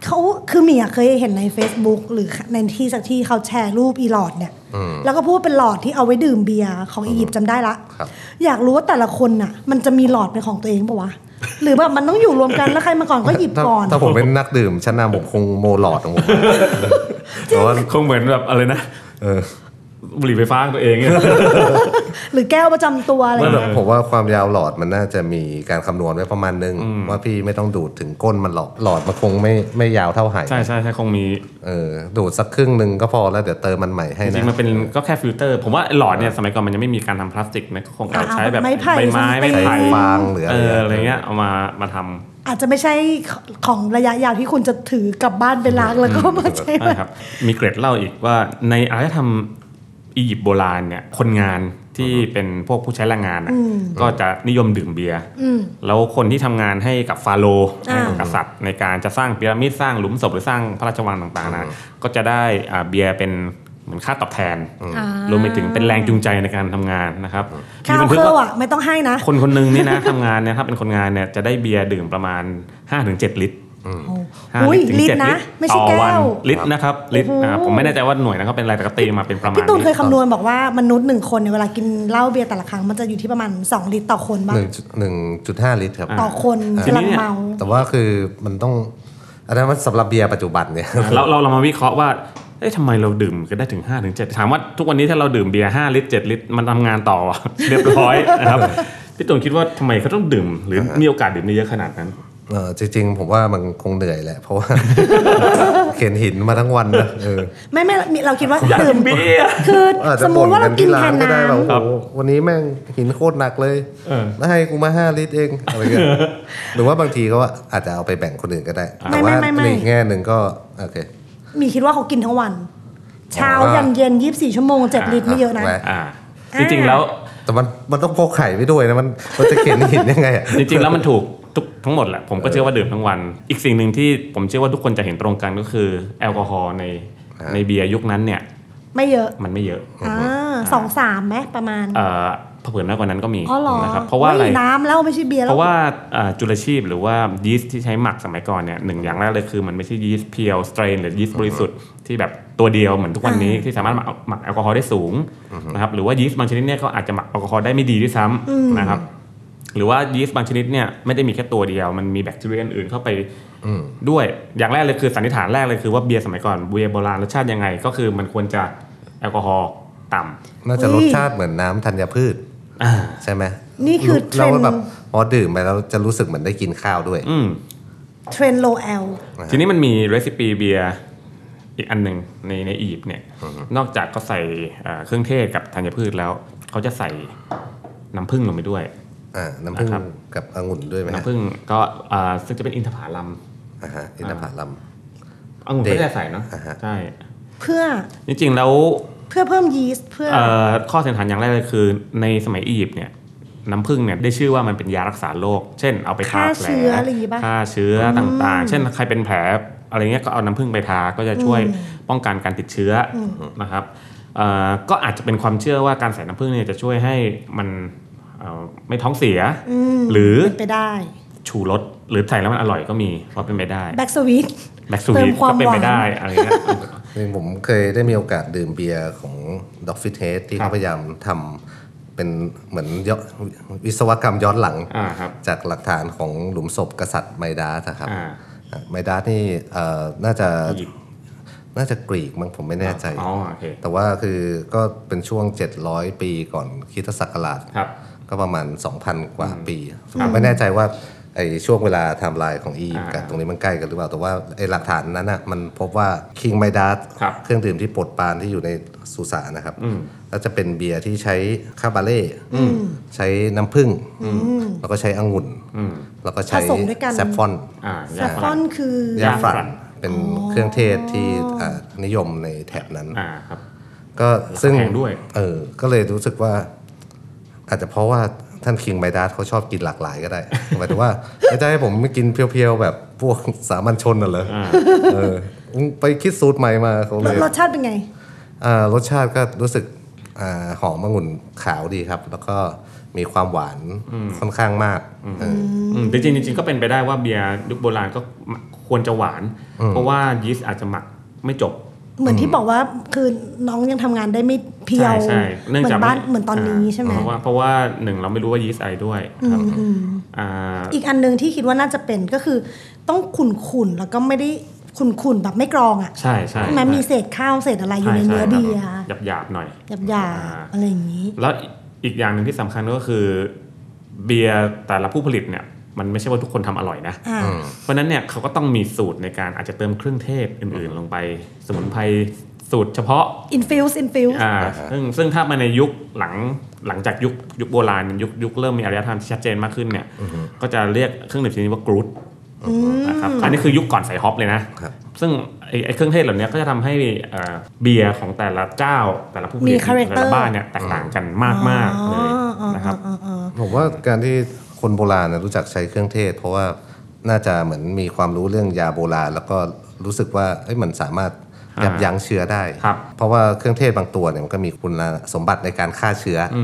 เขาคือหมีอะเคยเห็นใน Facebook หรือในที่สักที่เขาแชร์รูปอีหลอดเนี่ย แล้วก็พูดเป็นหลอดที่เอาไว้ดื่มเบียร์ของอียิปต์จำได้ละ
ครับ
อยากรู้ว่าแต่ละคนน่ะ มันจะมีหลอดเป็นของตัวเองปะวะ หรือแบบมันต้องอยู่รวมกันแล้วใครมาก่อนก็หยิบ
ถ้า
ก่อน
ถ้าผมเป็นนักดื่มชั้นนำผมคงโมหลอดของผมแต่ว่า
คงเหมือนแบบอะไรนะ
เออ
บุหรี่ไฟฟ้าของตัวเองเนี่ย
หรือแก้วประจำตัวอะไร
ไม่หรอก
เออ
ผมว่าความยาวหลอดมันน่าจะมีการคำนวณไว้ประมาณนึง ว่าพี่ไม่ต้องดูดถึงก้นมันหรอกหลอดมันคงไม่ไม่ยาวเท่าไห
ใช่ใช่ใช่คงมี
เออดูดสักครึ่งหนึ่งก็พอแล้วเดี๋ยวเติมมันใหม่ให้
จ
นะ
ริงๆมันเป็นก็แค่ฟิลเตอร์ ผมว่าหลอดเนี่ยสมัยก่อนมันยังไม่มีการทำพลาสติกนะก็คงอาจจะใช้แบบ
ไม้ไผ่
ใบไม้ไม่
ใช้
ไผ่
ฟางหรือ
เอ
อะไร
ออะไร
เงี้ย
เงี้ยเอามามาท
อาจจะไม่ใช่ของระยะยาวที่คุณจะถือกลับบ้านไปล้างแล้วก็มาใช้
ำ
มัน
นะครับมีเกร็ดเล่าอีกว่าในอารยธรรม อียิปต์โบราณเนี่ยคนงานที่เป็นพวกผู้ใช้แรงงานอะ
อืม
ก็จะนิยมดื่มเบียร์
อืม
แล้วคนที่ทำงานให้กับฟาโรห์
อ่า
ให้กับกษัตริย์ในการจะสร้างพีระมิดสร้างหลุมศพหรือสร้างพระราชวังต่างๆนะก็จะได้อ่าเบียร์เป็นเหมือนค่าตอบแทน
อ่าร
วมไปถึงเป็นแรงจูงใจในการทำงานนะครับ
ข้าว
บันทึก
เครื่อ
ว่า
อ่ะไม่ต้องให้นะ
คนคนหนึ่งเนี่ยนะ ทำงานเนี่ยถ้าเป็นคนงานเนี่ยจะได้เบียร์ดื่มประมาณ 5-7 ลิตรห้า
อุ้ย
ถึง
ลิต
เจ็
ร
ด
นะ ไม่ใช่
ต่อ
แก้
วัน
ว
ลิตรนะครับลิตรนะครับผมไม่แน่ใจว่าหน่วยนะครับเป็นอะไรแต่ก็ตีมาเป็นประมาณ
พี่ตูนเคย
นี้
คำนวณบอกว่ามนุษย์หนึ่งคนเนี่ยเวลากินเหล้าเบียร์แต่ละครั้งมันจะอยู่ที่ประมาณ 2 ลิตรต่อคนบ้า
ห
ง
นึ่งหนึ่งจุดห้าลิตรครับ
ต่อคนกำลังเมา
แต่ว่าคือมันต้องอันนั้นมันสำหรับเบียร์ปัจจุบันเนี่ย
เราเราเรามาวิเคราะห์ว่าเอ๊ะทำไมเราดื่มกันได้ถึง5ถึง7ถามว่าทุกวันนี้ถ้าเราดื่มเบียร์5ลิตร7ลิตรมันทำงานต่อ เรียบร้อยนะครับพี่ตูนคิดว่าทำไมเขาต้องดื่ม หรือมีโอกาสดื่มได้เยอะขนาดนั้น
เออจริงๆ ผมว่ามันคงเหนื่อยแหละ เพราะว่า เข็นหินมาทั้งวันนะเออ
ไม่ไม่มีเราคิดว่า
อยาก
ดื่
กิ
ม
นเบียร์
คือ
อาจ
ส
จะ
มม
บ่น
ติว่า
กั
เรา
น
กิ
ที่
น
ร้า
แท
น
น
ก็ได้แบบโอ้
น้ำ
ครับ
โหวันนี้แม่งหินโคตรหนักเลย
เออ
แล้วให้กูมาห้าลิตรเองอะไรเงี้ ย หรือว่าบางทีก็อาจจะเอาไปแบ่งคนอื่นก็ได้
ไม่
แต่ว่า
ไม่ไม่
ใน
ไม่
อีกแง่หนึ่งก็โอเค
มีคิดว่าเขากินทั้งวัน เช้ายันเย็น 24 ชั่วโมง 7 ลิตรไม่เยอะนะ
แหละ
อ่าจริงๆแล้ว
แต่มันมันต้องพกไข่ไปด้วยนะมันมันจะเข็นหินยังไงอะ
จริงๆ แล้วมันถูกทุกทั้งหมดแหละผมก็เชื่อว่าดื่มทั้งวัน อีกสิ่งหนึ่งที่ผมเชื่อว่าทุกคนจะเห็นตรงกันก็คือแอลกอฮอล์ในในเบียร์ยุคนั้นเนี่ย
ไม่เยอะ
มันไม่เยอะ
อ่าสองสามไหมประมาณ
เอ่อเผื่อน้อยกว่านั้นก็มี
อ๋อเหรอ
นะครับเพราะว่าอะไร
ฮ้ยน้ำแล้วไม่ใช่เบียร์
เพ
แล้ว
ราะว่าเอ่อจุลชีพหรือว่ายีสต์ที่ใช้หมักสมัยก่อนเนี่ยหนึ่งอย่างแรกเลยคือมันไม่ใช่ยีสต์เพียวสเตรนหรือยีสต์บริสุทธิ์ที่แบบตัวเดียวเหมือนทุกวันนี้ที่สามารถหมักหมักแอลกอฮอล์ได้สูงนะครับหรือว่ายีสต์บางชนิดเนี่ยเขาอาจจะหมักแอลกอฮอล์ได้ไม่ดีด้วยซ้ำนะครับ หรือว่ายีสต์บางชนิดเนี่ยไม่ได้มีแค่ตัวเดียว มันมีแบคทีเรียอื่นๆเข้าไปด้วยอย่างแรกเลยคือสันนิษฐานแรกเลยคือว่าเบียร์สมัยก่อนเบียร์โบราณรสชาติยังไง ก็คือมันควรจะแอลกอฮอล์ต่ำ
น่าจะรสชาติเหมือนน้ำธัญพืช
อ่า
ใช่ไหม
นี่คือเทรนด์
เราแบบพอดื่มไปแล้วจะรู้สึกเหมือนได้กินข้าวด้วย
อืม
เทรนโลแอล
ทีนี้มันมีเรซิปีเบียร์อีกอันหนึ่งในในอียิปต์เนี่ยนอกจากก็ใส่เอ่อเครื่องเทศกับธัญพืชแล้ว เขาจะใส่น้ำผึ้งลงไปด้วย
อ่าน้ำผึ้ง
นะครับ
กับองุ่นด้วยไหมฮะ
น้ำผึ้งก็อ่าซึ่งจะเป็นอินทผลัม
อ่าฮะอินทผลัม
องุ่น
เด็ด
ก็จะใส่เนาะ
อ่าฮะ
ใช่
เพื่อ
จริงๆแล้ว
เพื่อเพิ่มยีสต์เพื่อ
เอ่อข้อสันนิษฐานอย่างแรกเลยคือในสมัยอียิปต์เนี่ยน้ำผึ้งเนี่ยได้ชื่อว่ามันเป็นยารักษาโรคเช่นเอาไปทา
ฆ่า
แผล
เชื้ออะไรอย่างงี้ปะ
ฆ่าเชื้อต่างๆ เช่นใครเป็นแผลอะไรเงี้ยก็เอาน้ำผึ้งไปทาก็จะช่วยป้องกันการติดเชื้ออนะครับเอ่อก็อาจจะเป็นความเชื่อว่าการใส่น้ำผึ้งเนี่ยจะช่วยให้มันเอ่อไม่ท้องเสีย
ม
หรือ
เป็นไปได้
ชูรสหรือใส่แล้วมันอร่อยก็มีเพราะเป็นไปได้
แบ็กสวิต
แบ็กซู
เติ
วี
มความ
ก็เป็นไป
หวาน
ได้อะไรเงี้ ย
นี่ผมเคยได้มีโอกาสดื่มเบียร์ของดอกฟิเทสที่
ครั
เขา
บ
พยายามทำเป็นเหมือนย้อนวิศวกรรมย้อนหลัง
อ่าครับ
จากหลักฐานของหลุมศพกษัตริย์ไมดาสอะครับ
อ่า
อ่ะไมดาสนี่เอ่อน่าจะ
อียิปต์
น่าจะกรีกมั้งผมไม่แน่ใจ
อ๋อโอเค
แต่ว่าคือก็เป็นช่วง 700 ปีก่อนคริสตศักราช
ครับ
ก็ประมาณ 2,000 กว่าปี ผมไม่แน่ใจว่าไอ้ช่วงเวลาไทม์ไลน์ของอียิปต์กับ
อ่า
ตรงนี้มันใกล้กันหรือเปล่า แต่ว่าไอ้หลักฐานนั้นน่ะมันพบว่าคิงไมด a ส
ครับ
เครื่องดื่มที่ปลดปรานที่อยู่ในสุสานนะครับ
อืม
แล้วจะเป็นเบียร์ที่ใช้คาบาเล่ใช้น้ำผึ้งแล้วก็ใช้องุ่น
อืม
แล้วก็ใช้
ผสมด้วยกัน
แซฟฟอน
อ่า
แซ
ยา
ฟ
ฝ
ฟอ
รั่ง
นคือ
ยาฝ
ยาฝรั่
รั่
ง
งเป็นเครื่องเทศที่อ่านิยมในแถบนั้น
อ่าครับ
ก็ซึ่ง
แพงด้วย
เออ ก็เลยรู้สึกว่า อาจจะเพราะว่าท่านคิงไมดาสเขาชอบกินหลากหลายก็ได้ หมายถึงว่าไม่ได้ให้ผมไม่กินเพียวๆ แบบพวกสามัญชนน่ะเหรออเออไปคิดสูตรใหม่มาเขา
ร
เล
ส
ย
รสชาติเป็นไง
อ่ารสชาติก็รู้สึกอ่าหอมองุ่นขาวดีครับ แล้วก็มีความหวานค่อนข้างมากเออ
อืมจริงๆจริงๆก็เป็นไปได้ว่าเบียร์ยุคโบราณก็ควรจะหวาน เพราะว่ายีสต์อาจจะหมักไม่จบ
เหมือนที่บอกว่าคือน้องยังทำงานได้ไม่เพีย
ใช่
ว
ใช่
เหมือนบ้านเหมือนตอนนี้
า
ใช่ไหม
เพราะว่าเพราะว่าหนึ่งเราไม่รู้ว่ายีสต์อะไรด้วยครับอ่า
อีกอันหนึ่งที่คิดว่าน่าจะเป็นก็คือ ต้องขุ่นๆแล้วก็ไม่ได้ขุ่นๆแบบไม่กรองอ่ะ
ใช่ใช่
ใช่ไหมมีเศษข้าวเศษอะไรอยู่ในเนื้อเบียร์
หยาบหยาบๆหน่อย
หยาบๆอะไรอย่างนี้
แล้วอีกอย่างหนึ่งที่สำคัญก็คือ เบียร์แต่ละผู้ผลิตเนี่ยมันไม่ใช่ว่าทุกคนทำอร่อยนะ
อ่า
เพราะฉะนั้นเนี่ยเขาก็ต้องมีสูตรในการอาจจะเติมเครื่องเทศอื่นๆ ลงไป สมุนไพรสูตรเฉพาะ
infuse infuse
อ่าซึ่งซึ่งถ้ามาในยุคหลังหลังจากยุคยุคโบราณยุคยุคเริ่มมีอารยธรรมที่ชัดเจนมากขึ้นเนี่ยก็จะเรียกเครื่องดื่มชนิดนี้ว่ากรูด นะครับอันนี้คือยุคก่อนใส่ฮอปเลยนะ
ครับ
ซึ่งไอ้ไอ้เครื่องเทศเหล่านี้ก็จะทำให้เอ่อเบียร์ของแต่ละเจ้า แต่ละผู้ผลิต
มี
แต่
character
ละบ้านเนี่ยแตกต่างกันมากๆเลยนะครับ
อ๋ออ๋ออ๋อ
ผมว่าการที่คนโบราณนะรู้จักใช้เครื่องเทศ เพราะว่าน่าจะเหมือนมีความรู้เรื่องยาโบราณ แล้วก็รู้สึกว่าเอ้ยมันสามารถยับยั้งเชื้อได้
ครับ
เพราะว่าเครื่องเทศบางตัวเนี่ยมันก็มีคุณสมบัติในการฆ่าเชื้ออ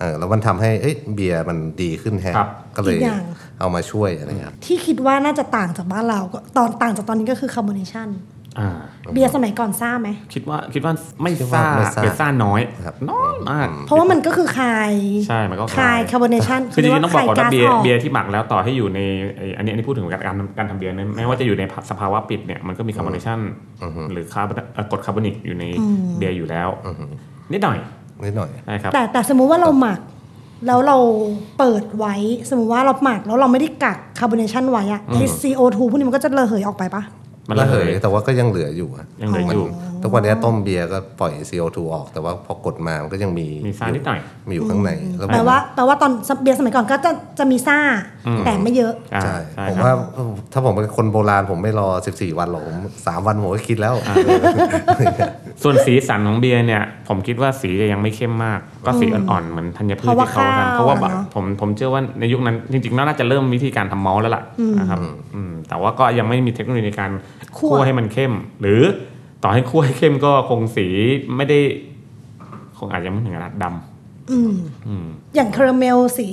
เออแล้วมันทำให้เอ้ยเบียร์มันดีขึ้นแฮะก็เลยเอามาช่วยอะไรเงี้ยครับ
ที่คิดว่าน่าจะต่างจากบ้านเราก็ตอนต่างจากตอนนี้ก็คือคาร์บอเนชัน
อ่า
เบียร์สมัยก่อนซ่าไหม
คิดว่าคิดว่าไม่ซ่าเป็นซ่าน้อยน้อยมาก
เพราะว่ามันก็คือคาย
ใช่มันก็
คายคาร์บอเนชัน
คือจริงๆต้องบอกก่อนว่าเบีย
ห
ร์
รืว่าคายก๊สออก
เบียร์ที่หมักแล้วต่อให้อยู่ในไอ้อันนี้อันนี้พูดถึงการการทำเบียร์นะไม่ว่าจะอยู่ในสภาวะปิดเนี่ยมันก็มีคาร์บอเนชันหรือคาร์บอนเอ่อกรดคาร์บอนิกอยู่ในเบียร์อยู่แล้วนิดหน่อย
นิดหน่อย
นะครับ
แต่แต่สมมุติว่าเราหมัก แล้วเราเปิดไว้ สมมุติว่าเราหมักแล้วเราไม่ได้กักคาร์บอเนชันไว้อะไอซีโอทูพวกนี้มันก็จะระเหยออกไปปะ
มัน
ระ
ระ
เห
เห
ย
ย
แต่ว่าก็ยังเหลืออยู่อะ
ยังเหลืออยู่
มันทุกวันนี้ต้มเบียร์ก็ปล่อย CO2 ออก แต่ว่าพอกดมามันก็ยังมี
มีซ่านิดหน่อย
มีอยู่ข้างในล้
แปล
มัน
ว่าแปลว่าตอนเบียร์สมัยก่อนก็จะจะมีซ่า แต่ไม่เยอะ
อ่า
ใช่
ช่
ผม
ครับ
ว่าถ้าผมเป็นคนโบราณผมไม่รอ 14 วันหรอกผมสามวันผมก็คิดแล้ว
ส่วนสีสันของเบียร์เนี่ย ผมคิดว่าสีจะยังไม่เข้มมาก ก็สีอ่อนๆเหมือนธัญพืช
เพราะว่า
ที่เขา
ข้าว
ทำเพราะว่าแบบ
อะเนอะ
ผมผมเชื่อว่าในยุคนั้นจริงๆน่าจะเริ่มวิธีการทำมอลแล้วล่ะนะครับอืมแต่ว่าก็ยังไม่มีเทคโนโลยีในการคั่วให้มันเข้ม หรือต่อให้คั่วให้เข้มก็คงสีไม่ได้ คงอาจจะไม่ถึงขนาดด
อย่างคาราเมลสี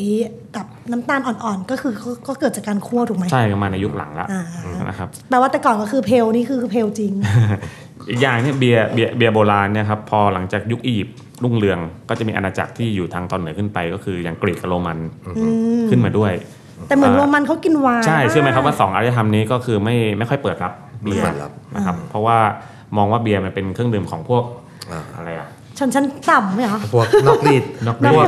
กับน้ำตาลอ่อนๆ ก็คือก็ก็เกิดจากการคั่วถูกไหม
ำใช่ก็มาในยุคหลังละ
อ่า
นะครับ
แปลว่าแต่ก่อนก็คือเพลนี่คือคือเพลจริง
อีกอย่างเนี่ยเบียร์เบียร์เบียร์โบราณเนี่ยครับพอหลังจากยุคอียิปต์รุ่งเรืองก็จะมีอาณาจักรที่อยู่ทางตอนเหนือขึ้นไป ก็คืออย่างกรีกกับโรมันขึ้นมาด้วย
แต่เหมือน
อ่า
โรมันเขากินไวน์
ใช่เชื่อไหมครับว่า
ะ
สองอารยธรรมนี้ก็คือไม่ไม่ค่อยเปิดรับเบียร์
ไม่เปิดรับ
นะครับเพราะว่ามองว่าเบียร์มันเป็นเครื่องดื่มของพวกอะไรอะ
ชนชั้นต่ำไหมเหรอ
พวกนอกรีด
นอกรีด
พวก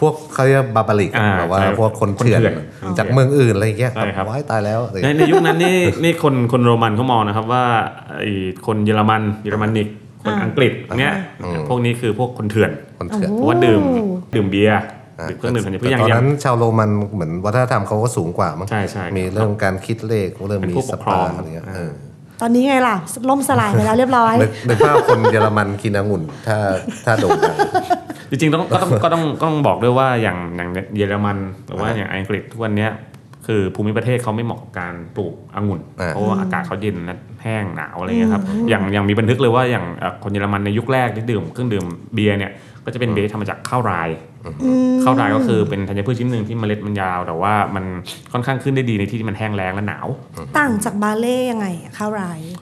พวกเขาเรียกบาบาริก
อ่า
แบบว่า
ใช่
พวกคนเถื่อ
ค
น
นเถื่อน
จากเมืองอื่นอะไรอย่างเงี้ย
ใช่ครับ
ว้ายตายแล้วอะไรอย่าง
ใน
เงี้ย
ในยุคนั้นนี่ นี่คนคนโรมันเขามองนะครับว่าไอ้คนเยอรมันเยอรมันนิกคน
อ่า
อังกฤษเนี่ย
อืม
พวกนี้คือพวกคนเถื่อน
คนเถื่อน
เพ
โอ้
ราะว่าดื่มดื่มเบียร์ดื่มเครื่องดื่มธัญพืช
แต่
อย่าง
ตอน
อย่าง
นั้นชาวโรมันเหมือนวัฒนธรรมเขาก็สูงกว่ามั้ง
ใช่ใช่
มีเรื่องการคิดเลขเรื่อง
เป็น
มี
ผู้ป
ส
กคร
ปา
อง
อะไรเงี้ยเออ
ตอนนี้ไงล่ะ ล่มสลายไปแล้วเรียบร้อย
นึกนึกภาพคนเยอรมันกินองุ่นถ้าถ้าโด่งดัง
จริงๆ ต้องก็ต้องก็ต้องก็ต้องบอกด้วยว่าอย่างอย่างเยอรมันหรือว่าอย่างอังกฤษทุกวันเนี้ยคือภูมิประเทศเขาไม่เหมาะกับการปลูกองุ่น
อ่า
เพราะว่าอากาศเขาเย็นและแห้งหนาวอะไรเงี้ยครับอย่างอย่างมีบันทึกเลยว่าอย่างเอ่อคนเยอรมันในยุคแรกที่ดื่มเครื่องดื่มเบียร์เนี่ยก็จะเป็นเบียร์ที่ทำมาจากข้าวรายข้าวรายก็คือเป็นธัญพืชชิ้นหนึ่งที่เมล็ดมันยาว แต่ว่ามันค่อนข้างขึ้นได้ดีในที่ที่มันแห้งแล้งและหนาว
ต่างจากบาเล่ยังไงอะข้าวไรซ์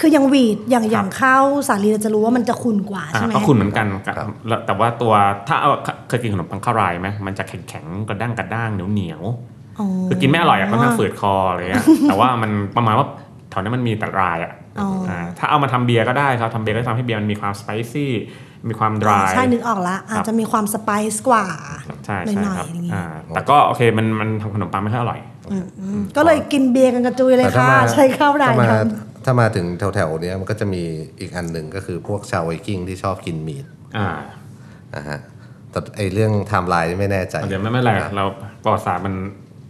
คืออย่างหวีดอย่างอย่างข้าวสาลีเราจะรู้ว่ามันจะขุ่นกว่า
อ่ะ
ใช่ไหม
ก็คุณเหมือนกันครับแล้วแต่ว่าตัวถ้าเอาเคยกินขนมปังข้าวรายไหมมันจะแข็งๆกระด้างกระด้างเหนียวเหนียวๆ
อ๋อ
คือกินไม่อร่อยอ่ะค่อนข้างฝืดคออะไรเงี้ ย แต่ว่ามันประมาณว่าแถวนั้นมันมีแต่รายอ่ะ
อ๋ออ่
าถ้าเอามาทำเบียร์ก็ได้ครับทำเบียร์ก็ทำให้เบียร์มันมีความสไปซี่มีความดราย
ใช่นึกออกละอาจจะมีความสไปซ์กว่า
ใช่
ห
ใช่
น่อย
ครั
ๆ
บ
อย่างงี้
อ่าแต่ก็โอเคมันมันทำขนมปังไม่ค่อยอร่อย
ก็เลยกินเบียร์กันกระจุยเลย
แต่ถ้า
ค่ะ
มา
ใช้ข้าวไร
ถ้า
ซ์
มา
ทำ
ถ้ามาถึงแถวๆเนี้ยมันก็จะมีอีกอันหนึ่งก็คือพวกชาวไวกิ้งที่ชอบกินมีด
อ่า
นะฮะแต่ไอเรื่องไทม์ไลน์นี่ไม่แน่ใจ
เดี๋ยวไม่ไม่เป็นไรเราประวัติศาสตร์มัน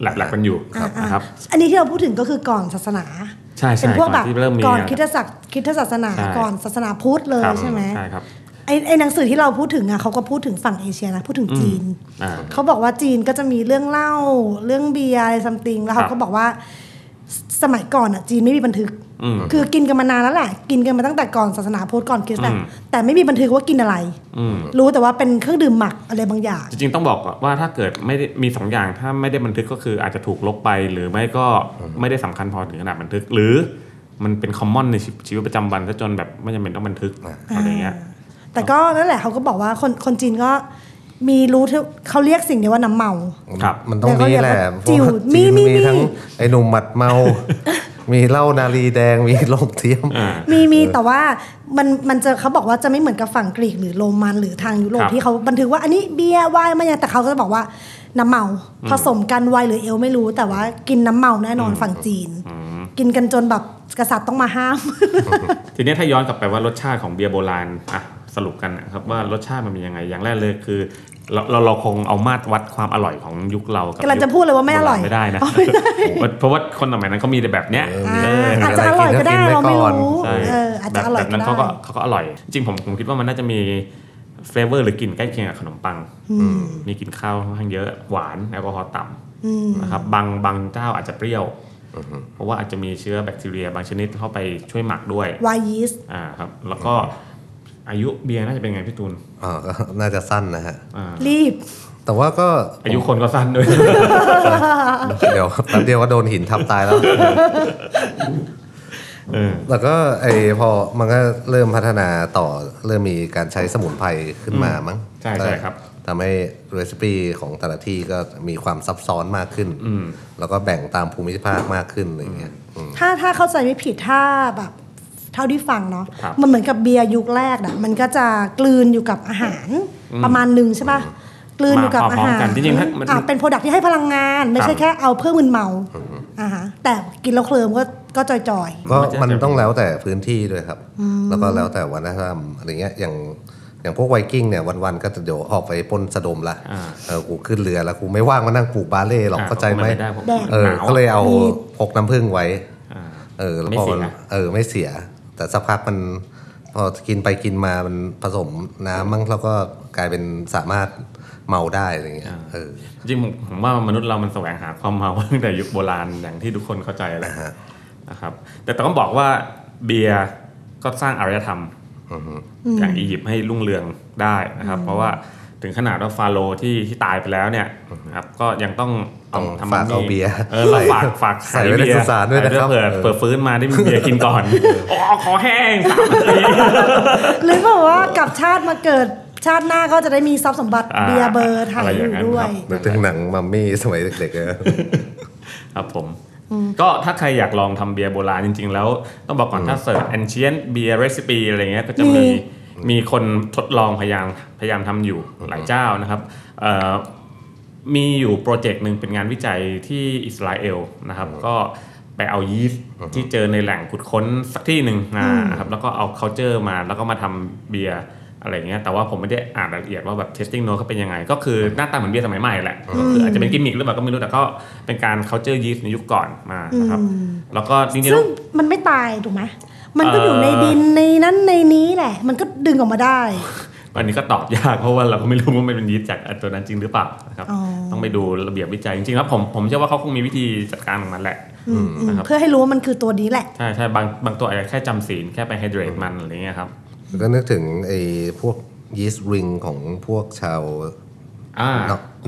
แหลกๆกันอยู่
อ่าอ่า
นะครับ
อันนี้ที่เราพูดถึงก็คือก่อนศาสนา
ใช่ใช่
เป็นพวก
ก่
แบ
อน
บ
ที่เริ่มมี
ก่อน
นะครับ
คริดศักดิ์คริดศาสนา
ใช่
ก่อนศาสนาพุทธเลย
ครับ
ใช่ไหม
ใช่ครับ
ไอไอหนังสือที่เราพูดถึงอ่ะเขาก็พูดถึงฝั่งเอเชียนะพูดถึงจีน
อ่า
เขาบอกว่าจีนก็จะมีเรื่องเล่าเรื่องเบียร์อะไรซัมติงแล้ว
ครับ
เขาก็บอกว่าสสมัยก่อนอ่ะจีนไม่มีบันทึก
อืม
คือกินกันมานานแล้วแหละ กินกันมาตั้งแต่ก่อนศาสนาพุทธก่อนคริสต์อะ
อืม
แต่ไม่มีบันทึกว่ากินอะไร
อืม
รู้แต่ว่าเป็นเครื่องดื่มหมักอะไรบางอย่าง
จริงๆต้องบอกว่าถ้าเกิดไม่ได้มีสองอย่างถ้าไม่ได้บันทึกก็คืออาจจะถูกลบไปหรือไม่ก็ไม่ได้สำคัญพอถึงขนาดบันทึก หรือมันเป็นคอมมอนในชีวิตชีวิตประจำวันซะจนแบบไม่จำเป็นต้องบันทึกอะไรเงี้ย
แต่ก็นั่นแหละเขาก็บอกว่าคนคนจีนก็มีรู้ที่เขาเรียกสิ่งนี้ว่าน้ำเมา
ครับ
มันต้องมีแหละ
จิ๋ว
เพราะา
มี
จีน
มี
มี
มี
ทั้งไอหนุ่มหมัดเมา มีเหล้านาลีแดงมีโลงเทียม
อ่า
มีมีแต่ว่ามันมันจะเขาบอกว่าจะไม่เหมือนกับฝั่งกรีกหรือโรมันหรือทางยุโรป
ครับ
ที่เขาบันทึกว่าอันนี้เบียร์ไวน์มันยังแต่เขาก็จะบอกว่าน้ำเมา ผสมกันไวน์หรือเอลไม่รู้ แต่ว่ากินน้ำเมาแน่นอนฝั่งจีน
ม
กินกันจนแบบกษัตริย์ต้องมาห้าม
ทีเนี้ยถ้าย้อนกลับไปว่ารสชาติของเบียร์โบราณอ่ะสรุปกันนะครับว่ารสชาติมันมียังไงอย่างแรกเลยคือ เราเราเราคงเอามาตรวัดความอร่อยของยุคเรากับ
กำลังจะพูดเลยว่าไม่อร่อย
โบาณไม่ได้นะ
อ๋อไม่ได้
เพราะว่าคนสมัยนั้นเขามีแต่แบบเนี้ย
อาจจะอร่อยก็ได้เราไม่รู้
ใช่
เอออาจจะอร่อย
แบบ
ก็
นั้น
ได้
เขาก็เขาก็อร่อย จริงๆผมผมคิดว่ามันน่าจะมีเฟเวอร์หรือกลิ่นใกล้เคียงกับขนมปัง มีกลิ่นข้าวค่อนข้างเยอะหวานแอลกอฮอล์ต่ำนะครับบางบางเจ้าอาจจะเปรี้ยว เพราะว่าอาจจะมีเชื้อแบคทีเรีย บางชนิดเข้าไปช่วยหมักด้วย
วายยีสต์
อ่าครับแล้วก็อายุเบียร์น่าจะเป็นไงพี่ตูน
อ่าก็น่าจะสั้นนะฮะ
รีบ
แต่ว่าก็
อายุคนก็สั้นด้วย
เดี๋ยว แป๊บเดียวก็โดนหินทับตายแล้ว
เออ
แล้วก็ไอพอมันก็เริ่มพัฒนาต่อเริ่มมีการใช้สมุนไพรขึ้นมามั้ง
ใช่ใช่ครับ
ทำให้เรซิปีของแต่ละที่ก็มีความซับซ้อนมากขึ้น แล้วก็แบ่งตามภูมิภาคมากขึ้นอะไรอย่างเงี้ยอืม
ถ้าถ้าเข้าใจไม่ผิดถ้าแบบเท่าที่ฟังเนาะ
ครับ
มันเหมือนกับเบียร์ยุคแรกน่ะมันก็จะกลืนอยู่กับอาหารประมาณหนึ่งใช่ปะกลืนอยู่กับอา
มาพ
หาร
ร้อมกันจริงๆถ้ามัน
อ่ะเป็นโปรดักที่ให้พลังงาน ไม่
ค
ใช่
รับ
แค่เอาเพื่อมึนเมาอ่าฮะแต่กินแล้วเคลิมก็ก็จอย
ก็
มันจะ
มัน
จะ
ต้องแล้วแต่พื้นที่ด้วยครับ แล้วก็แล้วแต่วัฒนธรรมอะไรเงี้ยอย่างอย่างพวกไวกิ้งเนี่ยวันๆก็จะเดี๋ยวออกไปปล้นสะดมละ
อ่า
เออกูขึ้นเรือแล้วกูไม่ว่างมานั่งปลูกบาเล่หรอก
อ่ะ
เข้าใจไหม
ไม่ได้ผม
เออน
หาว
ก็เลยเอาพกน้ำผึ้งไว้
อ่า
เออแล้ว
ไม่
พอ
เสีย
มันเออไม่เสีย แต่สักพักมันพอกินไปกินมามันผสมน้ำมั้งแล้วก็กลายเป็นสามารถเมาได้อะไรเงี้ยเออ
จริงๆผมผมว่ามนุษย์เรามันแสวงหาความเมาตั้งแต่ยุคโบราณอย่างที่ทุกคนเข้าใจแหล้ว
อ่าฮะ
นะครับ แต่ต้องบอกว่าเบียร์ก็สร้างอารยธรรมอย่างอียิปต์ให้รุ่งเรืองได้นะครับ เพราะว่าถึงขนาดว่าฟาโรห์ที่ที่ตายไปแล้วเนี่ยนะครับก็ยังต้องเอา
ต้อง
ทำ
ฝากเอาเบียร์
เออเราฝาก
ใส่
ฝาก
ใส่ไว้ในสุสานด้วยนะครับ
เผื่อ
เออ
เปิดฟื้นมาได้มีเบียร์กินก่อนอ๋อขอแห้งสามนาที
ๆหรือแบบว่ากลับชาติมาเกิดชาติหน้าก็จะได้มีทรัพย์สมบัติ
อ่า
เบียร์เบอร์ถ่ายอ
อะไรอ
ยู่
ย่างนั้น
ด้ว
ครั
ย
บ
เหมือนถึงหนังมัมมี่สมัยเด็กๆอะ
ครับผม ก็ถ้าใครอยากลองทำเบียร์โบราณจริง ๆ แล้ว ต้องบอกก่อนถ้าเสิร์ช ancient beer recipe อะไรเงี้ยก็จะ
มี
มีมีคนทดลองพยายามพยายามทำอยู่หลายเจ้านะครับเอ่อมีอยู่โปรเจกต์หนึ่งเป็นงานวิจัยที่อิสราเอลนะครับ ก็ไปเอายีสต์ที่เจอในแหล่งขุดค้นสักที่หนึ่งนะครับแล้วก็เอา culture มาแล้วก็มาทำเบียร์อะไรเงี้ยแต่ว่าผมไม่ได้อ่านรายละเอียดว่าแบบ testing note เขาเป็นยังไง ก็คือหน้าตาเหมือนเบียร์สมัยใหม่แหละก็คืออาจจะเป็นกิมมิคหรือเปล่าก็ไม่รู้แต่ก็เป็นการ culture yeast ในยุคก่อนมานะครับแล้วก็จริงๆ
ซึ่
แล้
ง
ว
มันไม่ตายถูกไหมมันก็อยู่ในดินในนั้นในนี้แหละ มันก็ดึงออกมาได้
อันนี้ก็ตอบยากเพราะว่าเราก็ไม่รู้ว่ามันเป็นยีสต์จากอันตัวนั้นจริงหรือเปล่านะครับ
อ๋อ
ต้องไปดูระเบียบวิจัยจริงๆแล้วผมผมเชื่อว่าเขาคงมีวิธีจัดการของมันแหละนะครับ
เพื่อให้รู้ว่ามันคือตัวนี้แหละ
ใช่ใช่บางบางตัวอาจจะแค่จำศีลแค่ไปไฮเดรตมันอะไรเงี้ยครับ
แล้วก็นึกถึงไอ้พวกยีสต์ริงของพวกชาว
อ่า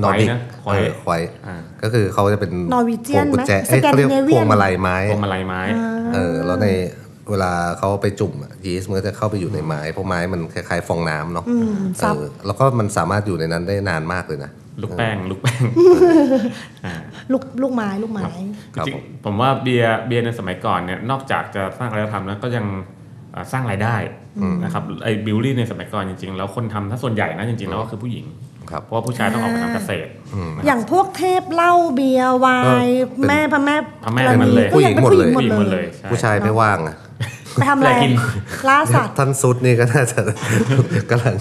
น
อร์ดิก
ไว้ะไว้
ควาย
อ่า
ก็คือเขาจะเป็น
Norwegian
พวงกุญแจ
ไหม
เอ้ยเขาเรียกพ
Scandinavian
วงมาลัยไม้
พวงมาลัยไม้
เออแล้วในเวลาเขาไปจุ่มอะยีสต์มันก็จะเข้าไปอยู่ในไม้เพราะไม้มันคล้ายๆฟองน้ำเนาะ
ซั
เอบ อแล้วก็มันสามารถอยู่ในนั้นได้นานมากเลยนะ
ลูกแป้ง ลูกแป้ง
ลูกลูกไม้ลูกไม้
ครับ
จริง
ผม
ๆผมว่าเบียร์เบียร์ในสมัยก่อนเนี่ยนอกจากจะสร้างอารยธรรมแล้วก็ยังเอ่อสร้างรายได้นะครับไอ้บิวลี่ในสมัยก่อนจริงๆ แล้วคนทำถ้าส่วนใหญ่นะจริงๆแล้วก็คือผู้หญิง
ครับ
เพราะว่าผู้ชายต้องออกไปทำเกษตรนะครับ
อย่างพวกเทพเหล้าเบียร์ไวน์
เป็น
แม่พระแม่
พระแม่ทั้งนั้นเลย
ก็ยังเป็นผู้หญิงหม
ผู้
ด
หญิงหมด
เล
เลย
ย
ใช่
ผู้ชายไม่ว่างนะ
ไปทำอะไร
แต่กิน
ล่าสัตว์
ท่านซุดนี่ก็น่าจะ กำลัง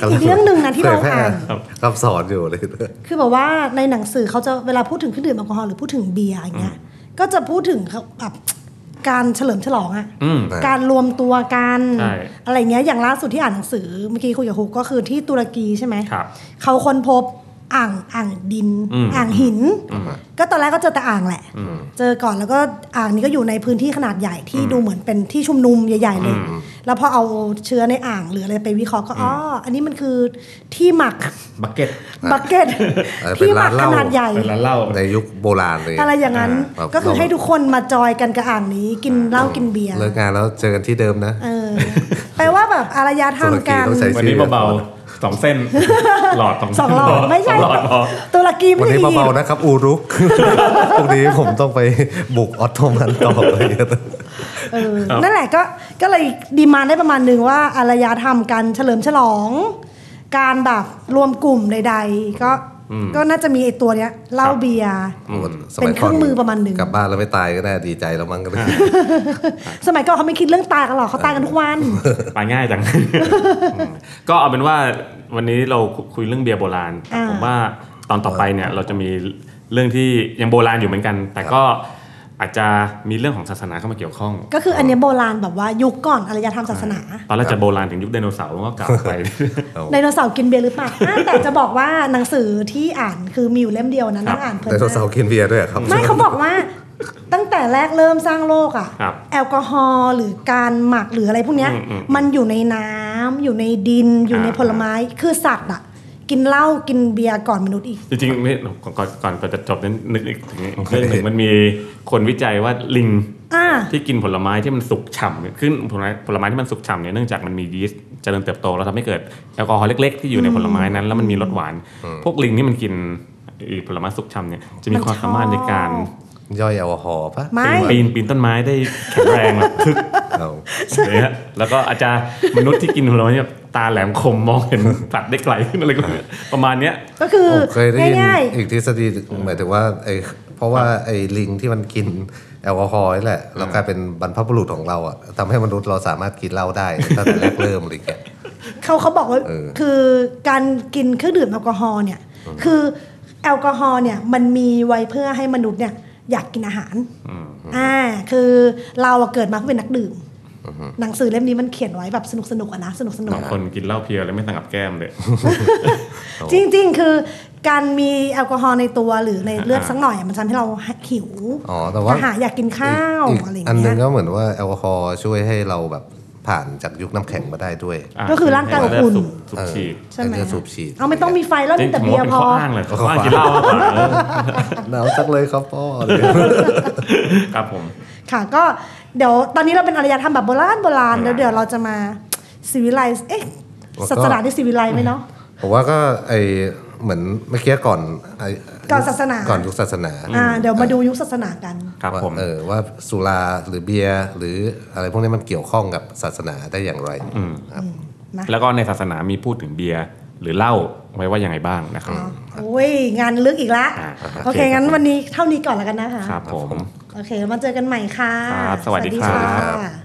กำลั
อีกเรื่องหนึ่งนะที่เรา
ผยแพ
อ่าน
คำสอนอยู่เลย
คือแบบว่าในหนังสือเขาจะเวลาพูดถึงเครื่องดื่มแอลกอฮอล์หรือพูดถึงเบียร์อย่างเงี้ยก็จะพูดถึงเขาแบบการเฉลิมฉลองอะ
อืม
ใช่
การรวมตัวกัน
ใช่
อะไรเงี้ยอย่างล่าสุดที่อ่านหนังสือเมื่อกี้คุยกับฮุกก็คือที่ตุรกีใช่ไหม
ครับ
เขาค้นพบอ่างอ่างดิน
อืม
อ่างหิน
อืม
ก็ตอนแรกก็เจอแต่อ่างแหละ เจอก่อนแล้วก็อ่างนี้ก็อยู่ในพื้นที่ขนาดใหญ่ที่ดูเหมือนเป็นที่ชุมนุมใหญ่ ๆ เลย แล้วพอเอาเชื้อในอ่างหรืออะไรไปวิเคราะห์ก็อ๋ออันนี้มันคือที่หมัก
บักเก็ต
บักเก็ต
เออเป็น
ที่หมัก
ร้านเหล้า
ขนาดใหญ่
เป็นร้านเหล้า
ในยุคโบราณเลย
อะไรอย่างนั้น
แบบ
ก็คือ
เรา
ให้ทุกคนมาจอยกันกับอ่างนี้ กินเหล้ากินเบียร์
เลิกงานแล้วเจอกันที่เดิมนะ
เออแปลว่าแบบอารยธรรม
ตุรกี
การ
ต้องใช้
วันนี้เบาๆสองเส้น หลอดสอง
สองหลอดไม่ใช่
สงหลอดพอ
ตุรกี
วั
ไม่
น
ใช่
นี้
อียิ
เบา
ปต์
ๆนะครับ อูรุก พรุ่งนี้ผมต้องไปบุกออตโตมันต่อไป
เออนั่นแหละก็ก็เลยดีมานด์ได้ประมาณหนึ่งว่าอารยธรรมการเฉลิมฉลอง การแบบรวมกลุ่มใด ๆ ก็ ก็น่าจะมีไอตัวเนี้ยเหล้าเบียร์
สมัย
เป็นเค
ก่
รื่องมือประมาณหนึ่ง
กลับบ้านแล้วไม่ตายก็น่าดีใจแล้วมั้งก็ได้
สมัยก่อนเขาไม่คิดเรื่องตายกันหรอกเขาตายกันทุกวัน
ไปง่ายจัง ก็เอาเป็นว่าวันนี้เราคุยเรื่องเบียร์โบราณ
อ่า
ผมว่าตอนต่อไปเนี่ยเราจะมีเรื่องที่ยังโบราณอยู่เหมือนกัน แต่ก็อาจจะมีเรื่องของศาสนาเข้ามาเกี่ยวข้อง
ก็คืออันเนี้ยโบราณแบบว่ายุคก่อนอารยธรรมศาสนา
ตอนแรกจะโบราณถึงยุคไดโนเสาร์ก็กลับไป
ไดโนเสาร์กินเบียร์หรือเปล่าอ่ะแต่จะบอกว่าหนังสือที่อ่านคือมีอยู่เล่มเดียวนะนั่งอ่านเพลิน
ได
มาก
โนเสาร์กินเบียร์ด้วยเหรอครับ
ไม่เขาบอกว่าตั้งแต่แรกเริ่มสร้างโลกอะ
ครับ
แอลกอฮอล์หรือการหมักหรืออะไรพวกเนี้ย
อืมอืม
มันอยู่ในน้ำอยู่ในดินอยู่ใน
อ่า
ผลไม้คือสัตว์อะกินเหล้ากินเบียร์ก่อนมนุษย์อีก
จริงๆนี่ก่อนก่อนก่อนจะจบนั้นนึกอีกถึงเรื่องหนึ่งมันมีคนวิจัยว่าลิง
อ่า
ที่กินผลไม้ที่มันสุกฉ่ำเนี่ยขึ้นผลไม้ผลไม้ที่มันสุกฉ่ำเนี่ยเนื่องจากมันมียีสต์เจริญเติบโตแล้วทำให้เกิดแอลกอฮอล์เล็ก ๆ ที่อยู่ในผลไม้นั้น แล้วมันมีรสหวาน พวกลิงที่มันกินไอ้ผลไม้สุกฉ่ำเนี่ยจะมีความสามารถในการ
ย่อยแอลกอฮอล์ปะ
ไม่
ปีนปีนต้นไม้ได้แข็งแรงแบบทึก
เอา
อย่างเงี้ยแล้วก็อาจจะมนุษย์ที่กินผลไม้เนี่ยตาแหลมคมมองเห็นสัตว์ได้ไกลขึ้นอะไรก็ไม่รู้ประมาณเนี้ย
ก็คือ
ผมเคยได้ยิน
ง่าย
อีกทฤษฎีหมายถึงว่าไอ้เพราะว่าไอ้ลิงที่มันกินแอลกอฮอล์นี่แหละแล้วกลายเป็นบรรพบุรุษของเราอะทำให้มนุษย์เราสามารถกินเหล้าได้ตั้งแต่แรกเริ่มอะไรอย่างเงี้ย
ๆเขาเขาบอกว่า
เออ
คือการกินเครื่องดื่มแอลกอฮอล์เนี่ยคือแอลกอฮอล์เนี่ยมันมีไว้เพื่อให้มนุษย์เนี่ยอยากกินอาหารอ่าคือเราอะเกิดมาเพื่อเป็นนักดื่มหนังสือเล่มนี้มันเขียนไว้แบบสนุกสนุกๆอะนะสนุกสนุก
บางคนกินเหล้าเพียวเลยไม่สังกับแก้มเลย
จริงๆ คือการมีแอลกอฮอล์ในตัวหรือในเลือด
อ่า
สักหน่อยอะมันทำให้เราหิว
อ๋อแต่ว่า
กระหายอยากกินข้าว
อีก
อะไรอย่าง
อันหนึ
เงี้
ง
ย
ก็เหมือนว่าแอลกอฮอล์ช่วยให้เราแบบผ่านจากยุคน้ำแข็งมาได้ด้วย
ก็คือร่างกายอบอุ่น
สูบสูบฉีด
ใช่ไหม
อ้เรื่องสูบฉีด
เอาไม่ต้องมีไฟแล้ว
จริ
มี
ง
แต่
ผม
เบีย
ว่า
ร์
เป็น
พอ
ข้ออ้างเลยข้ออ้างกินเหล้าเปล่าเออ
หนาวจังเลยครับพ่ออะไรอย่างเงี้ย
ครับผม
ค่ะก็เดี๋ยวตอนนี้เราเป็นอารยธรรมแบบโบราณโบราณ
อ่า
แล้วเดี๋ยวเราจะมาซีวิไลซ์เอ๊ะ
แล้วก็
ศาสนาที่ซีวิไลซ์ไหมเนาะ
ผมว่าก็ไอเหมือนเมื่อกี้ก่อนไอ้
ก่อนศาสนา
ก่อนยุคศาสนา
อ่าเดี๋ยวมาดูยุคศาสนากัน
ครับ
ว่า
ผม
เออว่าสุราหรือเบียร์หรืออะไรพวกนี้มันเกี่ยวข้องกับศาสนาได้อย่างไรครับ
นะ
แล้วก็ในศาสนามีพูดถึงเบียร์หรือเหล้าไว้ว่ายังไงบ้างนะครับ
โอ้ยงานลึกอีกละ
อ่าครับ
โอเคงั้นวันนี้เท่านี้ก่อนแล้วกันนะคะ
ครับผม
โอเค มาเจอกันใหม่ค่ะ
ครับสวัสดีครับ
ค่ะ